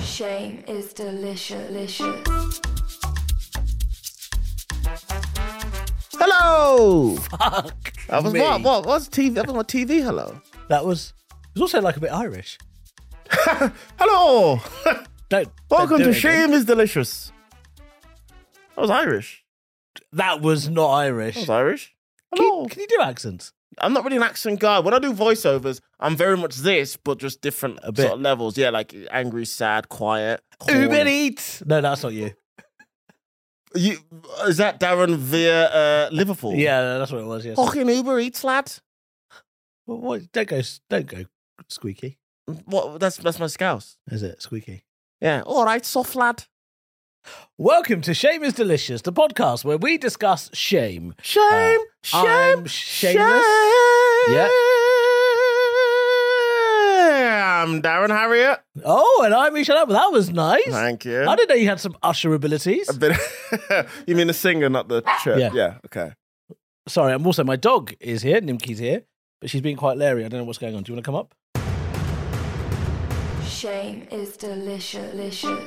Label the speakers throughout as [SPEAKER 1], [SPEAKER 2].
[SPEAKER 1] shame is delicious. delicious.
[SPEAKER 2] Hello.
[SPEAKER 3] Fuck.
[SPEAKER 2] That was
[SPEAKER 3] me.
[SPEAKER 2] what? What was TV? That was my TV. Hello.
[SPEAKER 3] That was. It was also like a bit Irish.
[SPEAKER 2] Hello.
[SPEAKER 3] Don't.
[SPEAKER 2] Welcome
[SPEAKER 3] don't do
[SPEAKER 2] to
[SPEAKER 3] it again.
[SPEAKER 2] Shame is Delicious. That was Irish.
[SPEAKER 3] That was not
[SPEAKER 2] That
[SPEAKER 3] Irish.
[SPEAKER 2] was Irish. Hello.
[SPEAKER 3] Can, can you do accents?
[SPEAKER 2] I'm not really an accent guy. When I do voiceovers, I'm very much this, but just different
[SPEAKER 3] A bit.
[SPEAKER 2] sort of levels. Yeah, like angry, sad, quiet.
[SPEAKER 3] Uber
[SPEAKER 2] horny.
[SPEAKER 3] Eats. Oh. No, that's not you.
[SPEAKER 2] You, is that Darren via uh, Liverpool?
[SPEAKER 3] Yeah, that's what it was. Yes.
[SPEAKER 2] Fucking Uber Eats, lad.
[SPEAKER 3] Well, what- don't go. s- Don't go. Squeaky.
[SPEAKER 2] What? That's that's my scouse.
[SPEAKER 3] Is it squeaky?
[SPEAKER 2] Yeah. All right, soft lad.
[SPEAKER 3] Welcome to Shame is Delicious, the podcast where we discuss shame.
[SPEAKER 2] Shame. shame.
[SPEAKER 3] Uh, I'm shameless. Yeah.
[SPEAKER 2] I'm Darren Harriet.
[SPEAKER 3] Oh, and I'm Michelle. Abel. That was nice.
[SPEAKER 2] Thank you.
[SPEAKER 3] I didn't know you had some usher abilities.
[SPEAKER 2] A bit. you mean the singer, not the chirp?
[SPEAKER 3] Yeah.
[SPEAKER 2] Okay.
[SPEAKER 3] Sorry, I'm also my dog is here. Nimki's here, but she's being quite leery. I don't know what's going on. Do you want to come up?
[SPEAKER 1] Shame is delicious. delicious.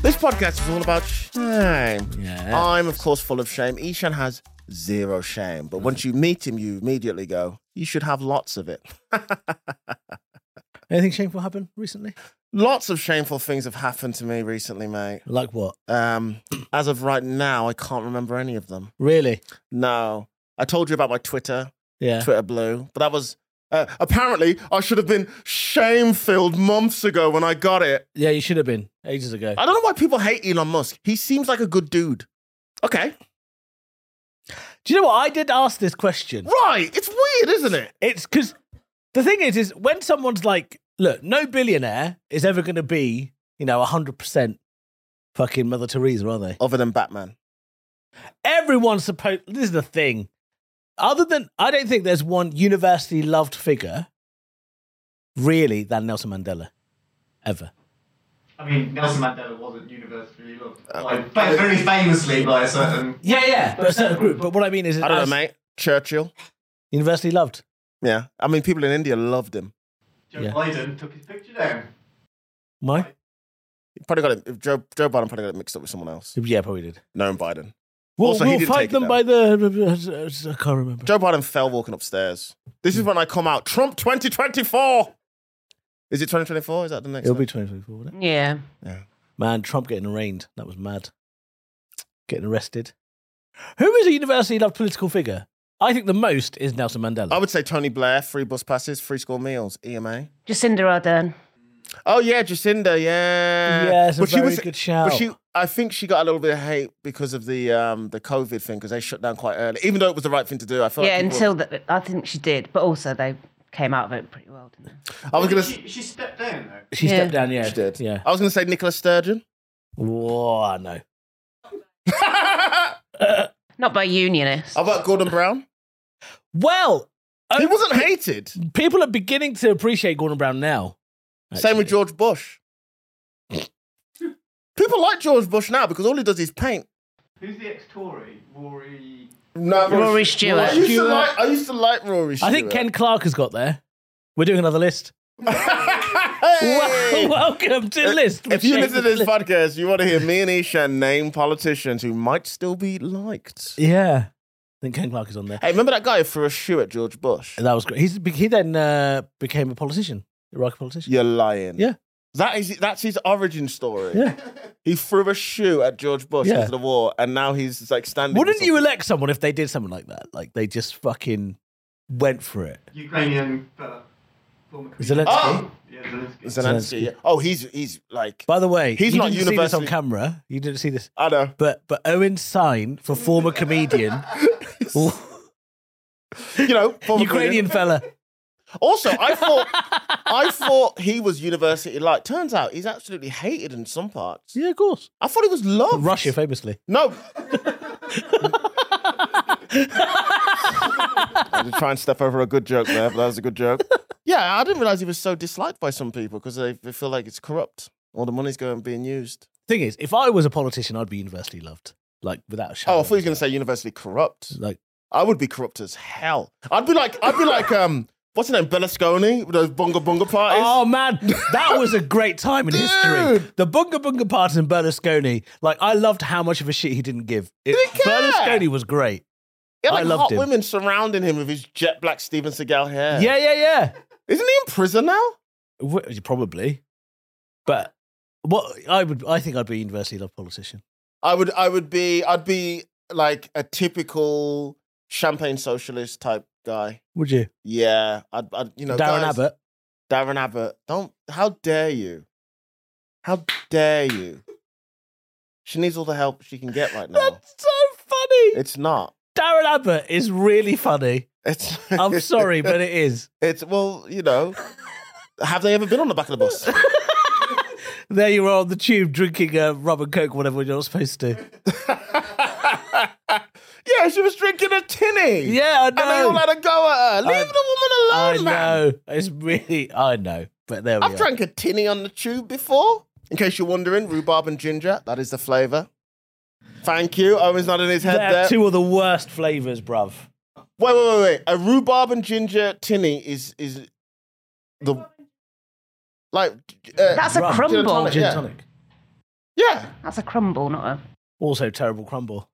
[SPEAKER 2] This podcast is all about shame.
[SPEAKER 3] Yeah.
[SPEAKER 2] I'm of course full of shame. Ishan has zero shame, but once you meet him, you immediately go, "You should have lots of it."
[SPEAKER 3] Anything shameful happened recently?
[SPEAKER 2] Lots of shameful things have happened to me recently, mate.
[SPEAKER 3] Like what?
[SPEAKER 2] Um, as of right now, I can't remember any of them.
[SPEAKER 3] Really?
[SPEAKER 2] No, I told you about my Twitter.
[SPEAKER 3] Yeah.
[SPEAKER 2] Twitter blue. But that was uh, apparently I should have been shame filled months ago when I got it.
[SPEAKER 3] Yeah, you should have been ages ago.
[SPEAKER 2] I don't know why people hate Elon Musk. He seems like a good dude. Okay,
[SPEAKER 3] Do you know what? I did ask this question.
[SPEAKER 2] right. It's weird, isn't it?
[SPEAKER 3] It's because the thing is, is when someone's like, look, no billionaire is ever going to be, you know, 100% fucking Mother Teresa, are they?
[SPEAKER 2] Other than Batman,
[SPEAKER 3] Everyone's supposed, this is the thing. Other than, I don't think there's one university loved figure really than Nelson Mandela ever.
[SPEAKER 4] I mean, Nelson Mandela wasn't universally loved,
[SPEAKER 3] Uh,
[SPEAKER 4] like, but very famously by a certain.
[SPEAKER 3] Yeah, yeah. But a certain group. But what I mean is,
[SPEAKER 2] I don't know,
[SPEAKER 3] as
[SPEAKER 2] mate. Churchill.
[SPEAKER 3] University loved.
[SPEAKER 2] Yeah, I mean, people in India loved him.
[SPEAKER 4] Joe
[SPEAKER 3] Yeah.
[SPEAKER 4] Biden took his picture down.
[SPEAKER 3] My?
[SPEAKER 2] He Probably got it. Joe, Joe Biden probably got it mixed up with someone else.
[SPEAKER 3] Yeah, probably did.
[SPEAKER 2] Known Biden.
[SPEAKER 3] We'll,
[SPEAKER 2] Also, he
[SPEAKER 3] we'll
[SPEAKER 2] didn't
[SPEAKER 3] fight
[SPEAKER 2] take it
[SPEAKER 3] them
[SPEAKER 2] down.
[SPEAKER 3] by the. I can't remember.
[SPEAKER 2] Joe Biden fell walking upstairs. This is when I come out. Trump 2024. Is it 2024? Is that the next?
[SPEAKER 3] It'll
[SPEAKER 2] one?
[SPEAKER 3] be 2024, wouldn't it?
[SPEAKER 5] Yeah.
[SPEAKER 3] Man, Trump getting arraigned. That was mad. Getting arrested. Who is a university loved political figure? I think the most is Nelson Mandela.
[SPEAKER 2] I would say Tony Blair. Free bus passes. Free school meals. E EMA.
[SPEAKER 5] Jacinda Ardern.
[SPEAKER 2] Oh yeah, Jacinda, yeah.
[SPEAKER 3] Yeah, it's a very
[SPEAKER 2] was,
[SPEAKER 3] good
[SPEAKER 2] But
[SPEAKER 3] shout.
[SPEAKER 2] she, I think she got a little bit of hate because of the um the COVID thing because they shut down quite early, even though it was the right thing to do. I feel
[SPEAKER 5] yeah,
[SPEAKER 2] like people-
[SPEAKER 5] until that, I think she did, but also they came out of it pretty well, didn't they?
[SPEAKER 2] I was gonna. s-
[SPEAKER 4] She, she stepped down though.
[SPEAKER 3] she
[SPEAKER 5] Yeah.
[SPEAKER 3] stepped down, yeah.
[SPEAKER 2] She did.
[SPEAKER 3] Yeah.
[SPEAKER 2] I was gonna say Nicola Sturgeon.
[SPEAKER 3] Whoa, no.
[SPEAKER 2] How
[SPEAKER 5] Not by unionists.
[SPEAKER 2] about Gordon Brown?
[SPEAKER 3] Well,
[SPEAKER 2] He
[SPEAKER 3] uh,
[SPEAKER 2] wasn't hated.
[SPEAKER 3] people are beginning to appreciate Gordon Brown now.
[SPEAKER 2] Same with
[SPEAKER 3] actually.
[SPEAKER 2] George Bush. People like George Bush now because all he does is paint.
[SPEAKER 4] Who's the ex-Tory? Rory.
[SPEAKER 2] No,
[SPEAKER 5] Rory Stewart.
[SPEAKER 2] I used to
[SPEAKER 3] Stewart.
[SPEAKER 2] like. I used to like Rory. Stewart.
[SPEAKER 3] I think Ken Clark has got there. We're doing another list.
[SPEAKER 2] Hey!
[SPEAKER 3] Well, welcome to the list.
[SPEAKER 2] Uh, If you
[SPEAKER 3] Shame
[SPEAKER 2] listen to
[SPEAKER 3] is
[SPEAKER 2] this podcast, you want to hear me and Isha name politicians who might still be liked.
[SPEAKER 3] Yeah. I think Ken Clark is on there.
[SPEAKER 2] Hey, remember that guy who threw a shoe at George Bush?
[SPEAKER 3] That was great. He's, he then uh, became a politician, Iraqi politician.
[SPEAKER 2] You're lying.
[SPEAKER 3] Yeah.
[SPEAKER 2] That is that's his origin story.
[SPEAKER 3] Yeah.
[SPEAKER 2] He threw a shoe at George Bush
[SPEAKER 3] Yeah.
[SPEAKER 2] after the war, and now he's like standing.
[SPEAKER 3] Wouldn't
[SPEAKER 2] with
[SPEAKER 3] you
[SPEAKER 2] something.
[SPEAKER 3] elect someone if they did something like that? Like they just fucking went for it.
[SPEAKER 4] Ukrainian fella. former
[SPEAKER 3] Zelensky?
[SPEAKER 4] comedian. Oh! Yeah, Zelensky.
[SPEAKER 2] Zelensky?
[SPEAKER 3] Zelensky.
[SPEAKER 2] yeah. Oh, he's he's like.
[SPEAKER 3] By the way,
[SPEAKER 2] He's
[SPEAKER 3] you
[SPEAKER 2] not
[SPEAKER 3] didn't see this on
[SPEAKER 2] universally-
[SPEAKER 3] camera. You didn't see this,
[SPEAKER 2] I know.
[SPEAKER 3] but but Owen Sign for former comedian,
[SPEAKER 2] You know, former
[SPEAKER 3] Ukrainian fella.
[SPEAKER 2] Also, I thought I thought he was university like. Turns out he's absolutely hated in some parts.
[SPEAKER 3] Yeah, of course.
[SPEAKER 2] I thought he was loved.
[SPEAKER 3] Russia famously.
[SPEAKER 2] No. I did try and step over a good joke there, but that was a good joke. Yeah, I didn't realize he was so disliked by some people because they, they feel like it's corrupt. All the money's going being used.
[SPEAKER 3] Thing is, if I was a politician, I'd be universally loved, like without a shadow.
[SPEAKER 2] Oh, I thought
[SPEAKER 3] of
[SPEAKER 2] he was
[SPEAKER 3] a
[SPEAKER 2] going to say universally corrupt.
[SPEAKER 3] doubt. like
[SPEAKER 2] I would be corrupt as hell. I'd be like, I'd be like, um, What's his name? Berlusconi with those bonga bonga parties.
[SPEAKER 3] Oh man, that was a great time in history.
[SPEAKER 2] Dude.
[SPEAKER 3] The Bunga Bunga party in Berlusconi. Like, I loved how much of a shit he didn't give. It,
[SPEAKER 2] Didn't care.
[SPEAKER 3] Berlusconi was great.
[SPEAKER 2] he had like
[SPEAKER 3] I loved
[SPEAKER 2] hot
[SPEAKER 3] him.
[SPEAKER 2] women surrounding him with his jet black Steven Seagal hair.
[SPEAKER 3] Yeah, yeah, yeah.
[SPEAKER 2] Isn't he in prison now?
[SPEAKER 3] W- Probably, but what I would, I think I'd be a university love politician.
[SPEAKER 2] I would I would be I'd be like a typical champagne socialist type guy.
[SPEAKER 3] Would you,
[SPEAKER 2] Yeah. I'd, I'd you know
[SPEAKER 3] Darren
[SPEAKER 2] guys-
[SPEAKER 3] Abbott?
[SPEAKER 2] Darren Abbott. Don't. How dare you? How dare you? She needs all the help she can get right now.
[SPEAKER 3] That's so funny.
[SPEAKER 2] It's not.
[SPEAKER 3] Darren Abbott is really funny.
[SPEAKER 2] It's.
[SPEAKER 3] I'm sorry, but it is.
[SPEAKER 2] it's well, you know. Have they ever been on the back of the bus?
[SPEAKER 3] There you are on the tube drinking uh, rum and coke, whatever you're not supposed to.
[SPEAKER 2] yeah, she was drinking a tinny.
[SPEAKER 3] Yeah, I know.
[SPEAKER 2] And they all had a go at her. Leave
[SPEAKER 3] I-
[SPEAKER 2] the woman
[SPEAKER 3] I
[SPEAKER 2] alone, man.
[SPEAKER 3] know. It's really, I know. But there we
[SPEAKER 2] I've
[SPEAKER 3] are.
[SPEAKER 2] drank a tinny on the tube before. In case you're wondering, rhubarb and ginger. That is the flavour. Thank you. Owen's nodding his head
[SPEAKER 3] They're
[SPEAKER 2] there.
[SPEAKER 3] two of the worst flavors, bruv.
[SPEAKER 2] Wait, wait, wait, wait. A rhubarb and ginger tinny is is the like uh,
[SPEAKER 5] That's a
[SPEAKER 3] Rum.
[SPEAKER 2] Gin and
[SPEAKER 5] crumble.
[SPEAKER 2] tonic, yeah. yeah.
[SPEAKER 5] That's a crumble, not a.
[SPEAKER 3] Also terrible crumble.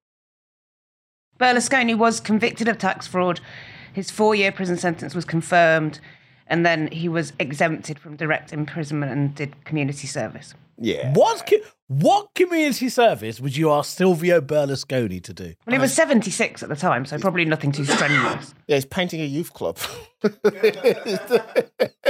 [SPEAKER 5] Berlusconi was convicted of tax fraud. His four year prison sentence was confirmed, and then he was exempted from direct imprisonment and did community service.
[SPEAKER 2] Yeah.
[SPEAKER 3] What co- what community service would you ask Silvio Berlusconi to do?
[SPEAKER 5] Well, he was 76 at the time, so probably nothing too strenuous.
[SPEAKER 2] Yeah, he's painting a youth club.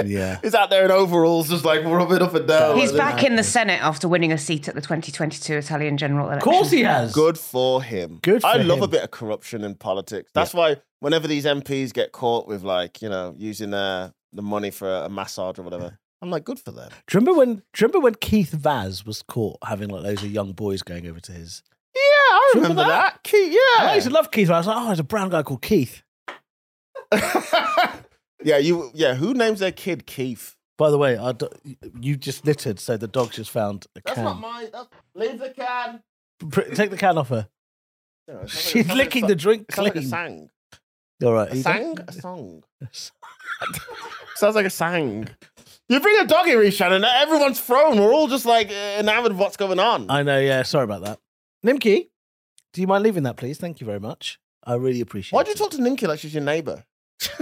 [SPEAKER 3] Yeah.
[SPEAKER 2] he's out there in overalls just like rubbing up and down. like
[SPEAKER 5] He's
[SPEAKER 2] this.
[SPEAKER 5] back in the Senate after winning a seat at the 2022 Italian general
[SPEAKER 3] Of
[SPEAKER 5] election.
[SPEAKER 3] course he has.
[SPEAKER 2] Good for him.
[SPEAKER 3] Good for
[SPEAKER 2] I love
[SPEAKER 3] him.
[SPEAKER 2] a bit of corruption in politics. That's why whenever these MPs get caught with like, you know, using uh, the money for a massage or whatever, I'm like, good for them.
[SPEAKER 3] Do you remember when do you remember when Keith Vaz was caught having like those young boys going over to his
[SPEAKER 2] Yeah, I
[SPEAKER 3] Remember
[SPEAKER 2] remember
[SPEAKER 3] that?
[SPEAKER 2] that. Key,
[SPEAKER 3] And I
[SPEAKER 2] yeah.
[SPEAKER 3] used to love Keith Vaz. I was like, oh, there's a brown guy called Keith.
[SPEAKER 2] yeah, you yeah, who names their kid Keith?
[SPEAKER 3] By the way, I do- you just littered, so the dog just found a
[SPEAKER 2] That's
[SPEAKER 3] can.
[SPEAKER 2] not my. That's, leave the can.
[SPEAKER 3] Pr- Take the can off her. She's licking the drink
[SPEAKER 2] It sounds like a
[SPEAKER 3] clean.
[SPEAKER 2] sang.
[SPEAKER 3] All right.
[SPEAKER 2] A
[SPEAKER 3] you
[SPEAKER 2] sang? A
[SPEAKER 3] don't-
[SPEAKER 2] song. sounds like a sang. You bring a dog here, Ishan, and everyone's thrown. We're all just like eh, enamored of what's going on.
[SPEAKER 3] I know. Yeah. Sorry about that. Nimki, do you mind leaving that, please? Thank you very much. I really appreciate.
[SPEAKER 2] Why do you
[SPEAKER 3] it.
[SPEAKER 2] talk to Ninki like she's your neighbour? can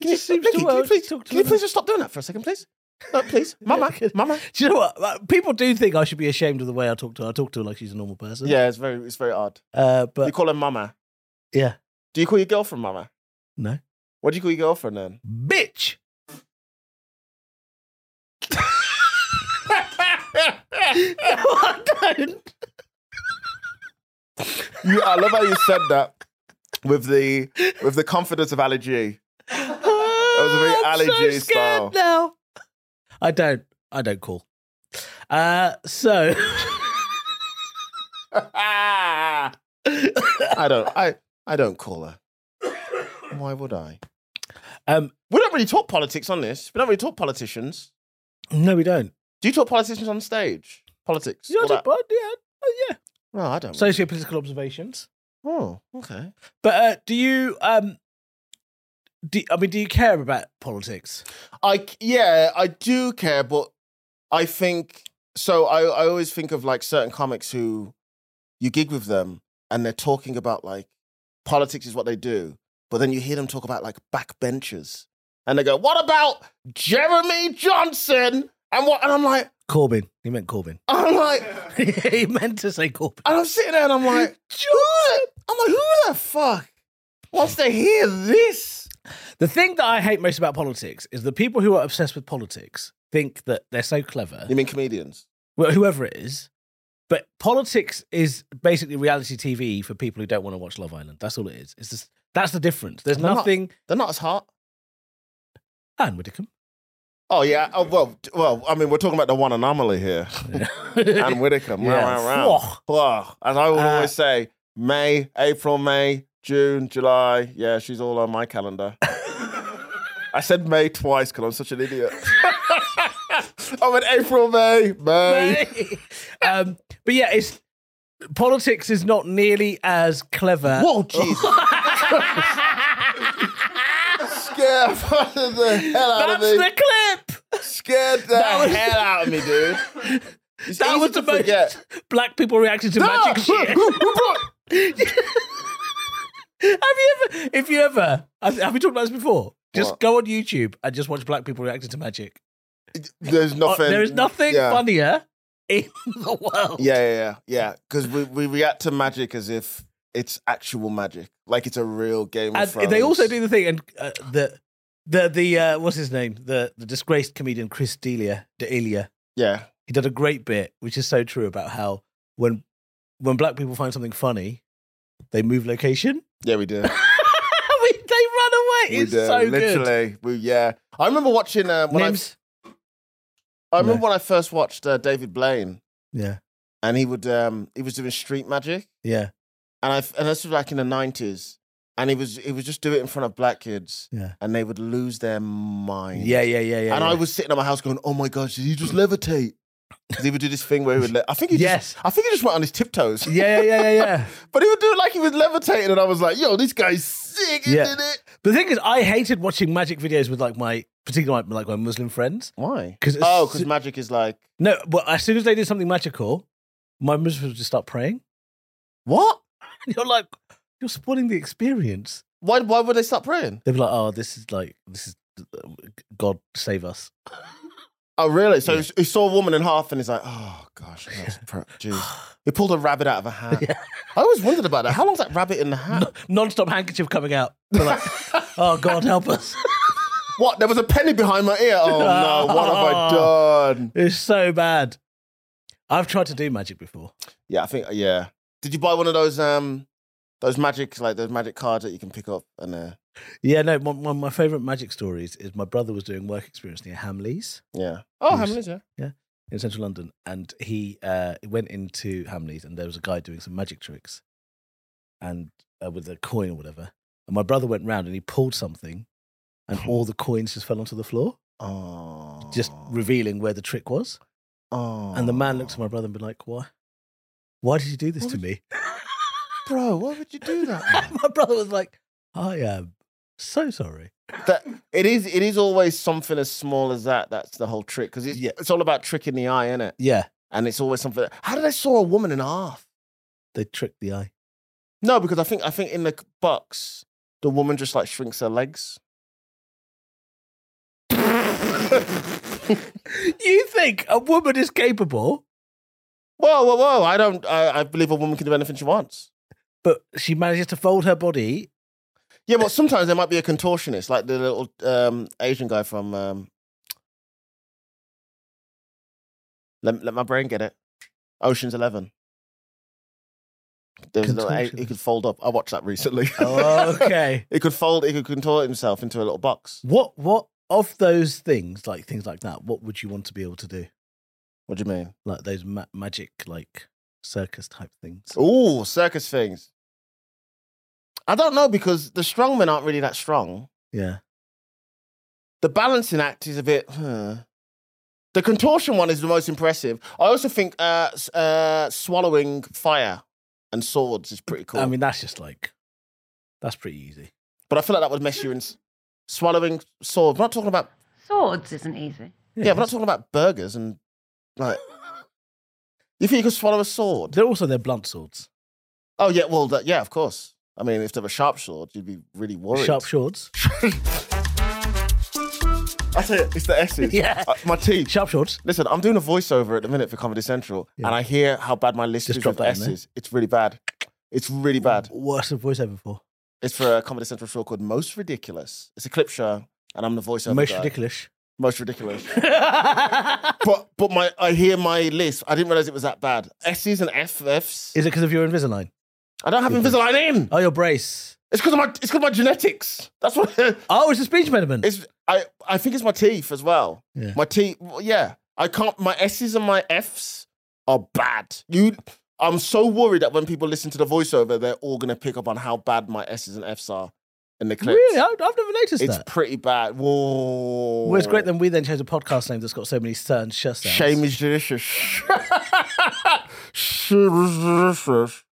[SPEAKER 2] you,
[SPEAKER 3] just seems to
[SPEAKER 2] Ninki, can you
[SPEAKER 3] work.
[SPEAKER 2] please,
[SPEAKER 3] Talk to
[SPEAKER 2] can you
[SPEAKER 3] her.
[SPEAKER 2] please just stop doing that for a second, please? No, please, Mama, Mama.
[SPEAKER 3] Do you know what? Like, People do think I should be ashamed of the way I talk to her. I talk to her like she's a normal person.
[SPEAKER 2] Yeah, it's very, it's very odd.
[SPEAKER 3] Uh,
[SPEAKER 2] you
[SPEAKER 3] but
[SPEAKER 2] call her Mama.
[SPEAKER 3] yeah,
[SPEAKER 2] Do you call your girlfriend Mama?
[SPEAKER 3] no.
[SPEAKER 2] What do you call your girlfriend then?
[SPEAKER 3] Bitch. No, I don't.
[SPEAKER 2] You, I love how you said that with the with the confidence of Ali G.
[SPEAKER 3] That
[SPEAKER 2] was a very Ali G style.
[SPEAKER 3] now. I don't. I don't call. Uh, so
[SPEAKER 2] I don't. I I don't call her. Why would I?
[SPEAKER 3] um,
[SPEAKER 2] We don't really talk politics on this. We don't really talk politicians.
[SPEAKER 3] no, we don't.
[SPEAKER 2] Do you talk politicians on stage? Politics.
[SPEAKER 3] You know,
[SPEAKER 2] All
[SPEAKER 3] I do-
[SPEAKER 2] that?
[SPEAKER 3] but, yeah, oh, yeah.
[SPEAKER 2] No, I don't.
[SPEAKER 3] Socio-political observations.
[SPEAKER 2] oh, okay.
[SPEAKER 3] But uh, do you? Um, do, I mean, do you care about politics?
[SPEAKER 2] I yeah, I do care, but I think so. I I always think of like certain comics who you gig with them and they're talking about like politics is what they do, but then you hear them talk about like backbenchers and they go, "What about Jeremy Johnson?" And what? And I'm like,
[SPEAKER 3] Corbyn. He meant Corbyn.
[SPEAKER 2] I'm like,
[SPEAKER 3] he meant to say Corbyn.
[SPEAKER 2] and I'm sitting there and I'm like, who the- I'm like, who the fuck wants to hear this?
[SPEAKER 3] The thing that I hate most about politics is the people who are obsessed with politics think that they're so clever,
[SPEAKER 2] You mean comedians?
[SPEAKER 3] well, whoever it is. But politics is basically reality TV for people who don't want to watch Love Island. That's all it is. It's just, that's the difference. There's
[SPEAKER 2] They're not-
[SPEAKER 3] nothing.
[SPEAKER 2] They're not as hot.
[SPEAKER 3] Anne Widdicombe.
[SPEAKER 2] Oh yeah. Oh well. t- Well, I mean, we're talking about the one anomaly here, Anne Widdicombe.
[SPEAKER 3] Yeah.
[SPEAKER 2] Wow, wow, wow.
[SPEAKER 3] Fwoah.
[SPEAKER 2] Wow. As I would
[SPEAKER 3] Uh,
[SPEAKER 2] always say, May, April, May, June, July. Yeah, she's all on my calendar. I said May twice because I'm such an idiot. I'm in April, May, May.
[SPEAKER 3] um, but yeah, it's politics is not nearly as clever.
[SPEAKER 2] Whoa, Jesus! Scared Yeah, fucking the hell out
[SPEAKER 3] That's
[SPEAKER 2] of me.
[SPEAKER 3] the clip.
[SPEAKER 2] Scared the
[SPEAKER 3] That was-
[SPEAKER 2] hell out of me, dude. It's
[SPEAKER 3] That
[SPEAKER 2] easy
[SPEAKER 3] was the
[SPEAKER 2] to forget. Ah!
[SPEAKER 3] most black people reaction to
[SPEAKER 2] No!
[SPEAKER 3] magic shit. have you ever, if you ever, have have we talked about this before? Just
[SPEAKER 2] What?
[SPEAKER 3] go on YouTube and just watch black people reacting to magic.
[SPEAKER 2] There's
[SPEAKER 3] Uh,
[SPEAKER 2] nothing.
[SPEAKER 3] there is nothing
[SPEAKER 2] yeah.
[SPEAKER 3] funnier in the world.
[SPEAKER 2] Yeah, yeah, yeah, yeah. Because we, we react to magic as if it's actual magic, like it's a real Game
[SPEAKER 3] and
[SPEAKER 2] of Thrones.
[SPEAKER 3] they also do the thing, and uh, the the the uh, what's his name, the the disgraced comedian Chris Delia Delia.
[SPEAKER 2] Yeah,
[SPEAKER 3] He did a great bit, which is so true about how when when black people find something funny, they move location.
[SPEAKER 2] yeah, we do.
[SPEAKER 3] we, they run away.
[SPEAKER 2] we
[SPEAKER 3] it's
[SPEAKER 2] do.
[SPEAKER 3] so good.
[SPEAKER 2] Literally, we yeah. I remember watching um, when I,
[SPEAKER 3] Nims.
[SPEAKER 2] I remember
[SPEAKER 3] No.
[SPEAKER 2] when I first watched uh, David Blaine,
[SPEAKER 3] Yeah,
[SPEAKER 2] and he would um he was doing street magic,
[SPEAKER 3] yeah,
[SPEAKER 2] and I and this was like in the nineties, and he was he was just do it in front of black kids,
[SPEAKER 3] Yeah.
[SPEAKER 2] and they would lose their mind.
[SPEAKER 3] yeah, yeah, yeah, yeah.
[SPEAKER 2] and I
[SPEAKER 3] yeah.
[SPEAKER 2] was sitting at my house going, "Oh my gosh, did he just levitate?" 'Cause he would do this thing where he would. Le- I think he
[SPEAKER 3] Yes.
[SPEAKER 2] just. I think he just went on his tiptoes.
[SPEAKER 3] yeah, yeah, yeah, yeah, yeah.
[SPEAKER 2] But he would do it like he was levitating, and I was like, "Yo, this guy's sick, isn't
[SPEAKER 3] Yeah.
[SPEAKER 2] it?"
[SPEAKER 3] But the thing is, I hated watching magic videos with like my particularly my, like my Muslim friends.
[SPEAKER 2] Why?
[SPEAKER 3] 'Cause it's-
[SPEAKER 2] oh, because magic is like
[SPEAKER 3] No, but as soon as they did something magical, my Muslims would just start praying.
[SPEAKER 2] what?
[SPEAKER 3] And you're like, you're spoiling the experience.
[SPEAKER 2] Why? Why would they stop praying?
[SPEAKER 3] They'd be like, oh, this is like, this is God save us.
[SPEAKER 2] Oh, really? So he- he saw a woman in half, and he's like, "Oh gosh, that's pro- jeez." He pulled a rabbit out of a hat. I always wondered about that. How long's that rabbit in the hat?
[SPEAKER 3] Non-stop handkerchief coming out. They're like, oh God, help us.
[SPEAKER 2] What? There was a penny behind my ear. Oh no! What have I done?
[SPEAKER 3] It's so bad. I've tried to do magic before.
[SPEAKER 2] Yeah, I think yeah. Did you buy one of those um those magic like those magic cards that you can pick up and uh
[SPEAKER 3] Yeah, no, one one of my favorite magic stories is my brother was doing work experience near Hamleys.
[SPEAKER 2] yeah. Oh,
[SPEAKER 3] Yes.
[SPEAKER 2] Hamlet's, yeah.
[SPEAKER 3] in central London, and he uh, went into Hamleys, and there was a guy doing some magic tricks, and uh, with a coin or whatever. And my brother went round and he pulled something, and all the coins just fell onto the floor,
[SPEAKER 2] Oh.
[SPEAKER 3] just revealing where the trick was.
[SPEAKER 2] oh.
[SPEAKER 3] And the man looked at my brother and been like, "Why? Why did you do this
[SPEAKER 2] What
[SPEAKER 3] to
[SPEAKER 2] would-
[SPEAKER 3] me?"
[SPEAKER 2] Bro, why would you do that? man?
[SPEAKER 3] my brother was like, "I am so sorry."
[SPEAKER 2] that it is it is always something as small as that that's the whole trick because it's,
[SPEAKER 3] Yeah.
[SPEAKER 2] it's all about tricking the eye, innit?
[SPEAKER 3] Yeah,
[SPEAKER 2] And it's always something How did I saw a woman in half?
[SPEAKER 3] they tricked the eye.
[SPEAKER 2] No, because I think I think in the box the woman just like shrinks her legs.
[SPEAKER 3] You think a woman is capable,
[SPEAKER 2] Whoa, whoa, whoa! I don't. I, I believe a woman can do anything she wants.
[SPEAKER 3] but she manages to fold her body
[SPEAKER 2] Yeah, but sometimes there might be a contortionist, like the little um, Asian guy from. Um... Let, let my brain get it. Ocean's Eleven. There was a little,
[SPEAKER 3] Contortionist. Oh,
[SPEAKER 2] he could fold up. I watched that recently. Oh,
[SPEAKER 3] okay.
[SPEAKER 2] he could fold. He could contort himself into a little box.
[SPEAKER 3] What what of those things like things like that? What would you want to be able to do?
[SPEAKER 2] What do you mean?
[SPEAKER 3] Like those ma- magic like circus type things.
[SPEAKER 2] Ooh, circus things. I don't know because the strongmen aren't really that strong.
[SPEAKER 3] Yeah.
[SPEAKER 2] The balancing act is a bit. Huh. The contortion one is the most impressive. I also think uh, s- uh, swallowing fire and swords is pretty cool.
[SPEAKER 3] I mean that's just like that's pretty easy.
[SPEAKER 2] but I feel like that would mess you in. s- Swallowing swords. We're not talking about.
[SPEAKER 5] Swords isn't easy.
[SPEAKER 2] Yeah, we're not talking about burgers and like. You think you could swallow a sword?
[SPEAKER 3] They're also they're blunt swords.
[SPEAKER 2] Oh yeah, well that, yeah, of course. I mean, if they were sharp sword, you'd be really worried.
[SPEAKER 3] Sharp swords.
[SPEAKER 2] I tell you, it's the S's.
[SPEAKER 3] Yeah.
[SPEAKER 2] Uh, my teeth.
[SPEAKER 3] Sharp swords.
[SPEAKER 2] Listen, I'm doing a voiceover at the minute for Comedy Central,
[SPEAKER 3] Yeah.
[SPEAKER 2] and I hear how bad my list
[SPEAKER 3] Just
[SPEAKER 2] is
[SPEAKER 3] drop
[SPEAKER 2] of
[SPEAKER 3] that in there.
[SPEAKER 2] S's. It's really bad. It's really bad.
[SPEAKER 3] Worst of voiceover for.
[SPEAKER 2] It's for a Comedy Central show called Most Ridiculous. It's a clip show, and I'm the voiceover.
[SPEAKER 3] Most
[SPEAKER 2] guy.
[SPEAKER 3] ridiculous.
[SPEAKER 2] Most ridiculous. but but my I hear my list. I didn't realize it was that bad. S's and FFs.
[SPEAKER 3] Is it because of your Invisalign?
[SPEAKER 2] I don't have Invisalign in.
[SPEAKER 3] Oh, your brace.
[SPEAKER 2] It's because of my it's because my genetics. That's what.
[SPEAKER 3] Oh, it's a speech impediment.
[SPEAKER 2] It's I I think it's my teeth as well.
[SPEAKER 3] Yeah.
[SPEAKER 2] My teeth. well, Yeah. I can't. My S's and my F's are bad. You. I'm so worried that when people listen to the voiceover, they're all gonna pick up on how bad my S's and F's are in the clips.
[SPEAKER 3] really? I, I've never noticed
[SPEAKER 2] It's
[SPEAKER 3] that.
[SPEAKER 2] pretty bad. Whoa.
[SPEAKER 3] Well, it's great that we then chose a podcast name that's got so many certain sh sounds.
[SPEAKER 2] Shame is delicious. Shame is delicious.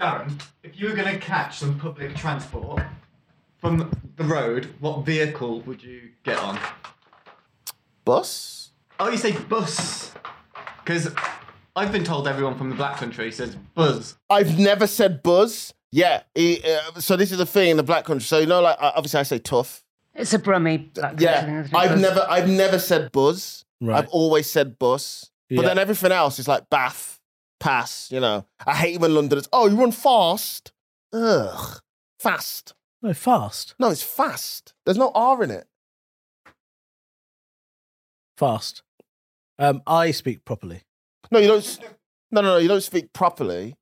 [SPEAKER 4] Darren, if you were going to catch some public transport, from the road, what vehicle would you get on?
[SPEAKER 2] Bus?
[SPEAKER 4] Oh, you say bus? Because I've been told everyone from the Black Country says buzz.
[SPEAKER 2] I've never said buzz. Yeah. he- uh, so this is the thing in the black country. So you know, like I- obviously I say tough.
[SPEAKER 5] It's a brummy. Black country,
[SPEAKER 2] Yeah.
[SPEAKER 5] isn't it?
[SPEAKER 2] I've never I've never said buzz.
[SPEAKER 3] Right.
[SPEAKER 2] I've always said bus. But
[SPEAKER 3] Yeah.
[SPEAKER 2] then everything else is like bath, pass. You know. I hate when Londoners. Oh, you run fast. Ugh. Fast.
[SPEAKER 3] No, fast.
[SPEAKER 2] No, it's fast. There's no R in it.
[SPEAKER 3] Fast. Um, I speak properly.
[SPEAKER 2] No, you don't. s- No, no, no. You don't speak properly.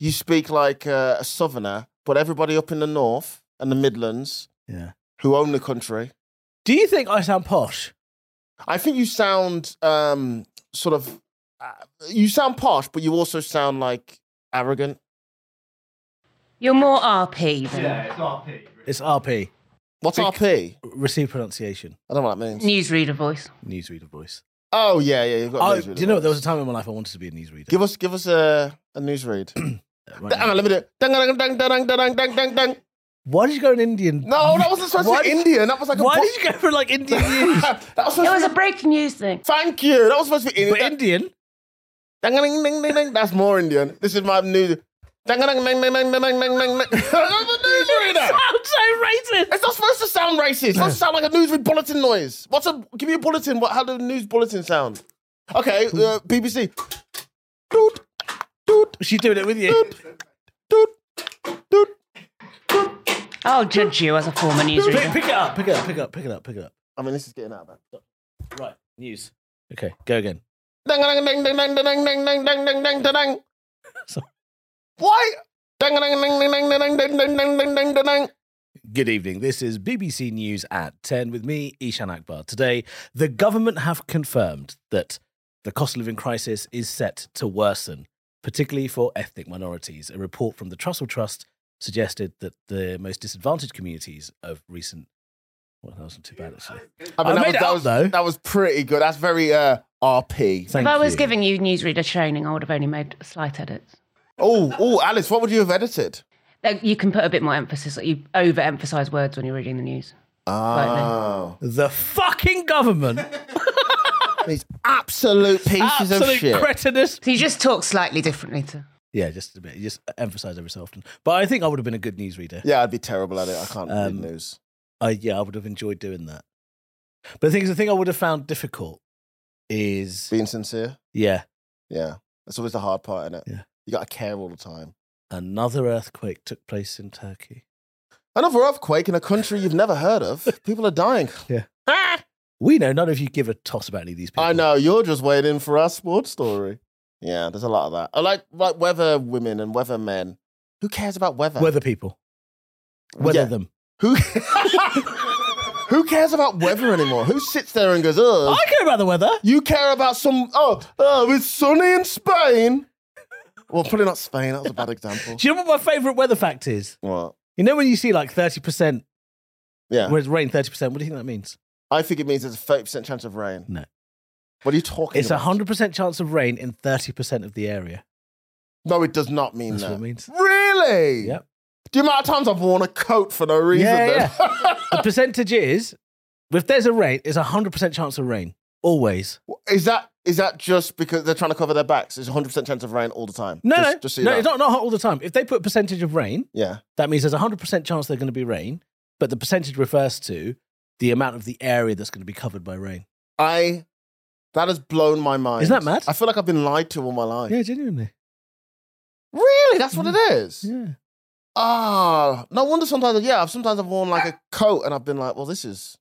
[SPEAKER 2] You speak like uh, a southerner, but everybody up in the north and the Midlands
[SPEAKER 3] Yeah.
[SPEAKER 2] who own the country.
[SPEAKER 3] Do you think I sound posh?
[SPEAKER 2] I think you sound um, sort of. Uh, you sound posh, but you also sound like arrogant.
[SPEAKER 5] You're more RP than
[SPEAKER 4] Yeah, it's RP. really.
[SPEAKER 3] It's RP.
[SPEAKER 2] What's
[SPEAKER 3] Big-
[SPEAKER 2] RP?
[SPEAKER 3] Received pronunciation.
[SPEAKER 2] I don't know what that means.
[SPEAKER 5] newsreader voice.
[SPEAKER 3] Newsreader voice.
[SPEAKER 2] Oh yeah, yeah. You've got
[SPEAKER 3] Oh,
[SPEAKER 2] newsreader
[SPEAKER 3] do you know what? There was
[SPEAKER 2] voice.
[SPEAKER 3] a time in my life I wanted to be a newsreader.
[SPEAKER 2] Give us, give us a a newsread.
[SPEAKER 3] Uh, right
[SPEAKER 2] Hang
[SPEAKER 3] now.
[SPEAKER 2] on, let me do. it. Dang, dang, dang, dang, dang, dang, dang, dang.
[SPEAKER 3] Why did you go in Indian?
[SPEAKER 2] No, that wasn't supposed
[SPEAKER 3] Why
[SPEAKER 2] to be
[SPEAKER 3] did-
[SPEAKER 2] Indian. That was like a.
[SPEAKER 3] Why
[SPEAKER 2] bo-
[SPEAKER 3] did you go for like Indian news?
[SPEAKER 2] that was
[SPEAKER 5] It
[SPEAKER 2] supposed
[SPEAKER 5] was
[SPEAKER 2] to
[SPEAKER 5] a
[SPEAKER 2] be.
[SPEAKER 5] breaking news thing.
[SPEAKER 2] Thank you. That was supposed to be
[SPEAKER 3] but
[SPEAKER 2] Indian.
[SPEAKER 3] Indian?
[SPEAKER 2] Dang, dang, ding, ding, ding. That's more Indian. This is my new. Dang, dang, ding, ding, ding, ding, ding, ding, ding. I'm a newsreader.
[SPEAKER 3] Sounds so racist.
[SPEAKER 2] It's not supposed to sound racist. It's supposed to sound like a news with bulletin noise. What's a? Give me a bulletin. What? How do news bulletin sound? Okay, uh, BBC. Doot, doot,
[SPEAKER 3] She's doing it with you.
[SPEAKER 2] doot, doot.
[SPEAKER 5] I'll judge you as a former
[SPEAKER 3] Pick,
[SPEAKER 5] newsreader.
[SPEAKER 3] pick it up. Pick it up. Pick it up. Pick it up. Pick it up.
[SPEAKER 2] I mean, this is getting out of hand.
[SPEAKER 3] Right. News. Okay. Go again.
[SPEAKER 2] Dang, dang, ding, ding, ding, ding, ding, ding, ding, ding, ding, ding, ding.
[SPEAKER 3] So-
[SPEAKER 2] Why? Dang, dang, ding, ding, ding, ding, ding, ding, ding, ding, ding, ding, ding.
[SPEAKER 3] Good evening. This is BBC News at 10 with me, Ishan Akbar. Today, the government have confirmed that the cost of living crisis is set to worsen, particularly for ethnic minorities. A report from the Trussell Trust suggested that the most disadvantaged communities of recent. Well, that wasn't too bad, actually.
[SPEAKER 2] I
[SPEAKER 3] I
[SPEAKER 2] mean, that
[SPEAKER 3] made
[SPEAKER 2] was,
[SPEAKER 3] it
[SPEAKER 2] that
[SPEAKER 3] up,
[SPEAKER 2] was,
[SPEAKER 3] though.
[SPEAKER 2] That was pretty good. That's very uh, RP.
[SPEAKER 3] Thank
[SPEAKER 5] If I was
[SPEAKER 3] you.
[SPEAKER 5] giving you newsreader training, I would have only made slight edits.
[SPEAKER 2] Oh, oh, Alice, what would you have edited?
[SPEAKER 5] Like, You can put a bit more emphasis. Like you overemphasize words when you're reading the news.
[SPEAKER 2] Oh,
[SPEAKER 3] The fucking government.
[SPEAKER 2] these absolute pieces of
[SPEAKER 3] absolute
[SPEAKER 2] shit.
[SPEAKER 3] cretinous.
[SPEAKER 5] So you just talk slightly differently to.
[SPEAKER 3] Yeah, just a bit. You just emphasize every so often. But I think I would have been a good newsreader.
[SPEAKER 2] Yeah, I'd be terrible at it. I can't
[SPEAKER 3] Um,
[SPEAKER 2] read news.
[SPEAKER 3] I yeah, I would have enjoyed doing that. But the thing is, the thing I would have found difficult is
[SPEAKER 2] Being sincere,
[SPEAKER 3] yeah,
[SPEAKER 2] yeah, that's always the hard part, is it?
[SPEAKER 3] Yeah.
[SPEAKER 2] You got to care all the time.
[SPEAKER 3] another earthquake took place in Turkey.
[SPEAKER 2] Another earthquake in a country you've never heard of. People are dying.
[SPEAKER 3] Yeah.
[SPEAKER 2] Ah!
[SPEAKER 3] We know none of you give a toss about any of these people.
[SPEAKER 2] I know. You're just waiting for our sports story. Yeah, there's a lot of that. I like like weather women and weather men. Who cares about weather?
[SPEAKER 3] weather people, weather
[SPEAKER 2] Yeah.
[SPEAKER 3] them.
[SPEAKER 2] Who? Who cares about weather anymore? Who sits there and goes, "Oh,
[SPEAKER 3] I care about the weather.
[SPEAKER 2] You care about some. Oh, oh, it's sunny in Spain. Well, probably not Spain. That was a bad example.
[SPEAKER 3] Do you know what my favorite weather fact is?
[SPEAKER 2] What?
[SPEAKER 3] You know when you see like thirty percent,
[SPEAKER 2] Yeah.
[SPEAKER 3] where it's rain thirty percent. What do you think that means?
[SPEAKER 2] I think it means there's a 30% chance of rain.
[SPEAKER 3] No.
[SPEAKER 2] What are you talking
[SPEAKER 3] It's a
[SPEAKER 2] about?
[SPEAKER 3] hundred percent chance of rain in thirty percent of the area.
[SPEAKER 2] No, it does not mean
[SPEAKER 3] That's
[SPEAKER 2] that.
[SPEAKER 3] what it means.
[SPEAKER 2] Really?
[SPEAKER 3] Yep.
[SPEAKER 2] The amount of times I've worn a coat for no reason.
[SPEAKER 3] Yeah,
[SPEAKER 2] then.
[SPEAKER 3] The percentage is, if there's a rain, it's a hundred percent chance of rain always.
[SPEAKER 2] is that is that just because they're trying to cover their backs? It's a 100% chance of rain all the time.
[SPEAKER 3] No,
[SPEAKER 2] just,
[SPEAKER 3] no,
[SPEAKER 2] just so you
[SPEAKER 3] no,
[SPEAKER 2] know.
[SPEAKER 3] it's not, not all the time. If they put percentage of rain,
[SPEAKER 2] Yeah.
[SPEAKER 3] that means there's a hundred percent chance there's going to be rain, but the percentage refers to the amount of the area that's going to be covered by rain.
[SPEAKER 2] I. That has blown my mind.
[SPEAKER 3] Isn't that mad?
[SPEAKER 2] I feel like I've been lied to all my life.
[SPEAKER 3] Yeah, genuinely.
[SPEAKER 2] Really? That's what it is?
[SPEAKER 3] Yeah,
[SPEAKER 2] Ah, no wonder sometimes. Yeah, I've sometimes I've worn like a coat and I've been like, well, this is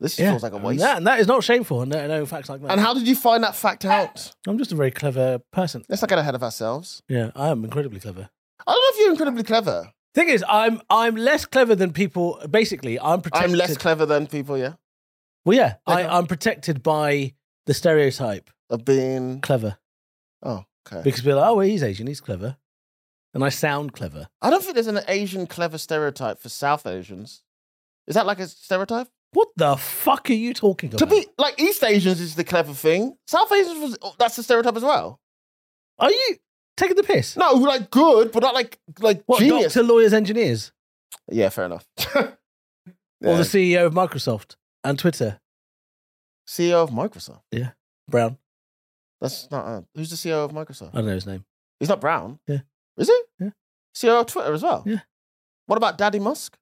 [SPEAKER 2] this
[SPEAKER 3] yeah.
[SPEAKER 2] feels like a
[SPEAKER 3] And
[SPEAKER 2] waste.
[SPEAKER 3] That, and that is not shameful. No, no facts like that.
[SPEAKER 2] And how did you find that fact out?
[SPEAKER 3] I'm just a very clever person.
[SPEAKER 2] Let's not get ahead of ourselves.
[SPEAKER 3] Yeah, I am incredibly clever.
[SPEAKER 2] I don't know if you're incredibly clever.
[SPEAKER 3] Thing is, I'm I'm less clever than people. Basically, I'm protected.
[SPEAKER 2] I'm less clever than people. Yeah,
[SPEAKER 3] Well, yeah, I,
[SPEAKER 2] Okay.
[SPEAKER 3] I'm protected by the stereotype
[SPEAKER 2] of being.
[SPEAKER 3] clever
[SPEAKER 2] Oh, okay.
[SPEAKER 3] because people are like, oh, well, he's Asian, he's clever, and I sound clever.
[SPEAKER 2] I don't think there's an Asian clever stereotype for South Asians. Is that like a stereotype?
[SPEAKER 3] What the fuck are you talking about?
[SPEAKER 2] To be like East Asians is the clever thing. South Asians was oh, that's a stereotype as well.
[SPEAKER 3] Are you taking the piss?
[SPEAKER 2] No, like good, but not like like
[SPEAKER 3] What,
[SPEAKER 2] genius.
[SPEAKER 3] doctor, lawyers, engineers?
[SPEAKER 2] Yeah, fair enough.
[SPEAKER 3] Or
[SPEAKER 6] Yeah.
[SPEAKER 3] the CEO of Microsoft and Twitter,
[SPEAKER 2] E
[SPEAKER 6] CEO of Microsoft.
[SPEAKER 3] Brown.
[SPEAKER 6] That's not uh, who's the
[SPEAKER 2] E
[SPEAKER 6] CEO of Microsoft.
[SPEAKER 3] I don't know his name.
[SPEAKER 6] He's not Brown.
[SPEAKER 3] Yeah.
[SPEAKER 6] Is he?
[SPEAKER 3] Yeah.
[SPEAKER 6] CEO of Twitter as well.
[SPEAKER 3] Yeah.
[SPEAKER 6] What about Daddy Musk?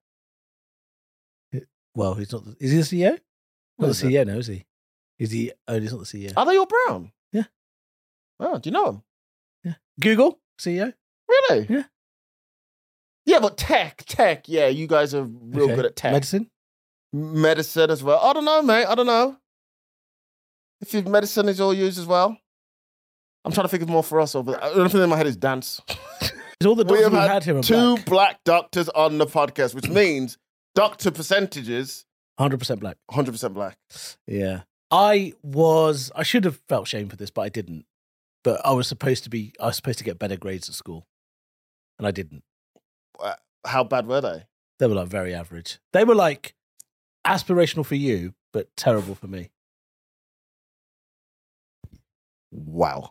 [SPEAKER 3] Well, he's not. The, is he the CEO?
[SPEAKER 6] What
[SPEAKER 3] Not the
[SPEAKER 6] is it? Uh,
[SPEAKER 3] CEO, no, is he? Is he? Oh, he's not the CEO.
[SPEAKER 6] Are they all brown?
[SPEAKER 3] Yeah.
[SPEAKER 6] Oh, do you know him?
[SPEAKER 3] Google E CEO.
[SPEAKER 6] Really?
[SPEAKER 3] Yeah.
[SPEAKER 6] Yeah, but tech, tech. Yeah, you guys are real
[SPEAKER 3] Okay.
[SPEAKER 6] good at tech.
[SPEAKER 3] Medicine.
[SPEAKER 6] medicine as well. I don't know, mate. I don't know. If your medicine is all used as well. I'm trying to think of more for us, but uh, the only thing in my head is dance.
[SPEAKER 3] It's all the
[SPEAKER 6] We
[SPEAKER 3] doctors
[SPEAKER 6] have
[SPEAKER 3] we
[SPEAKER 6] had
[SPEAKER 3] had here.
[SPEAKER 6] Two
[SPEAKER 3] Two
[SPEAKER 6] black. doctors on the podcast, which means doctor percentages
[SPEAKER 3] hundred percent black.
[SPEAKER 6] 100% black.
[SPEAKER 3] Yeah. I was. I should have felt shame for this, but I didn't. But I was supposed to be. I was supposed to get better grades at school, and I didn't.
[SPEAKER 6] How bad were they?
[SPEAKER 3] They were like very average. They were like aspirational for you, but terrible for me.
[SPEAKER 6] Wow.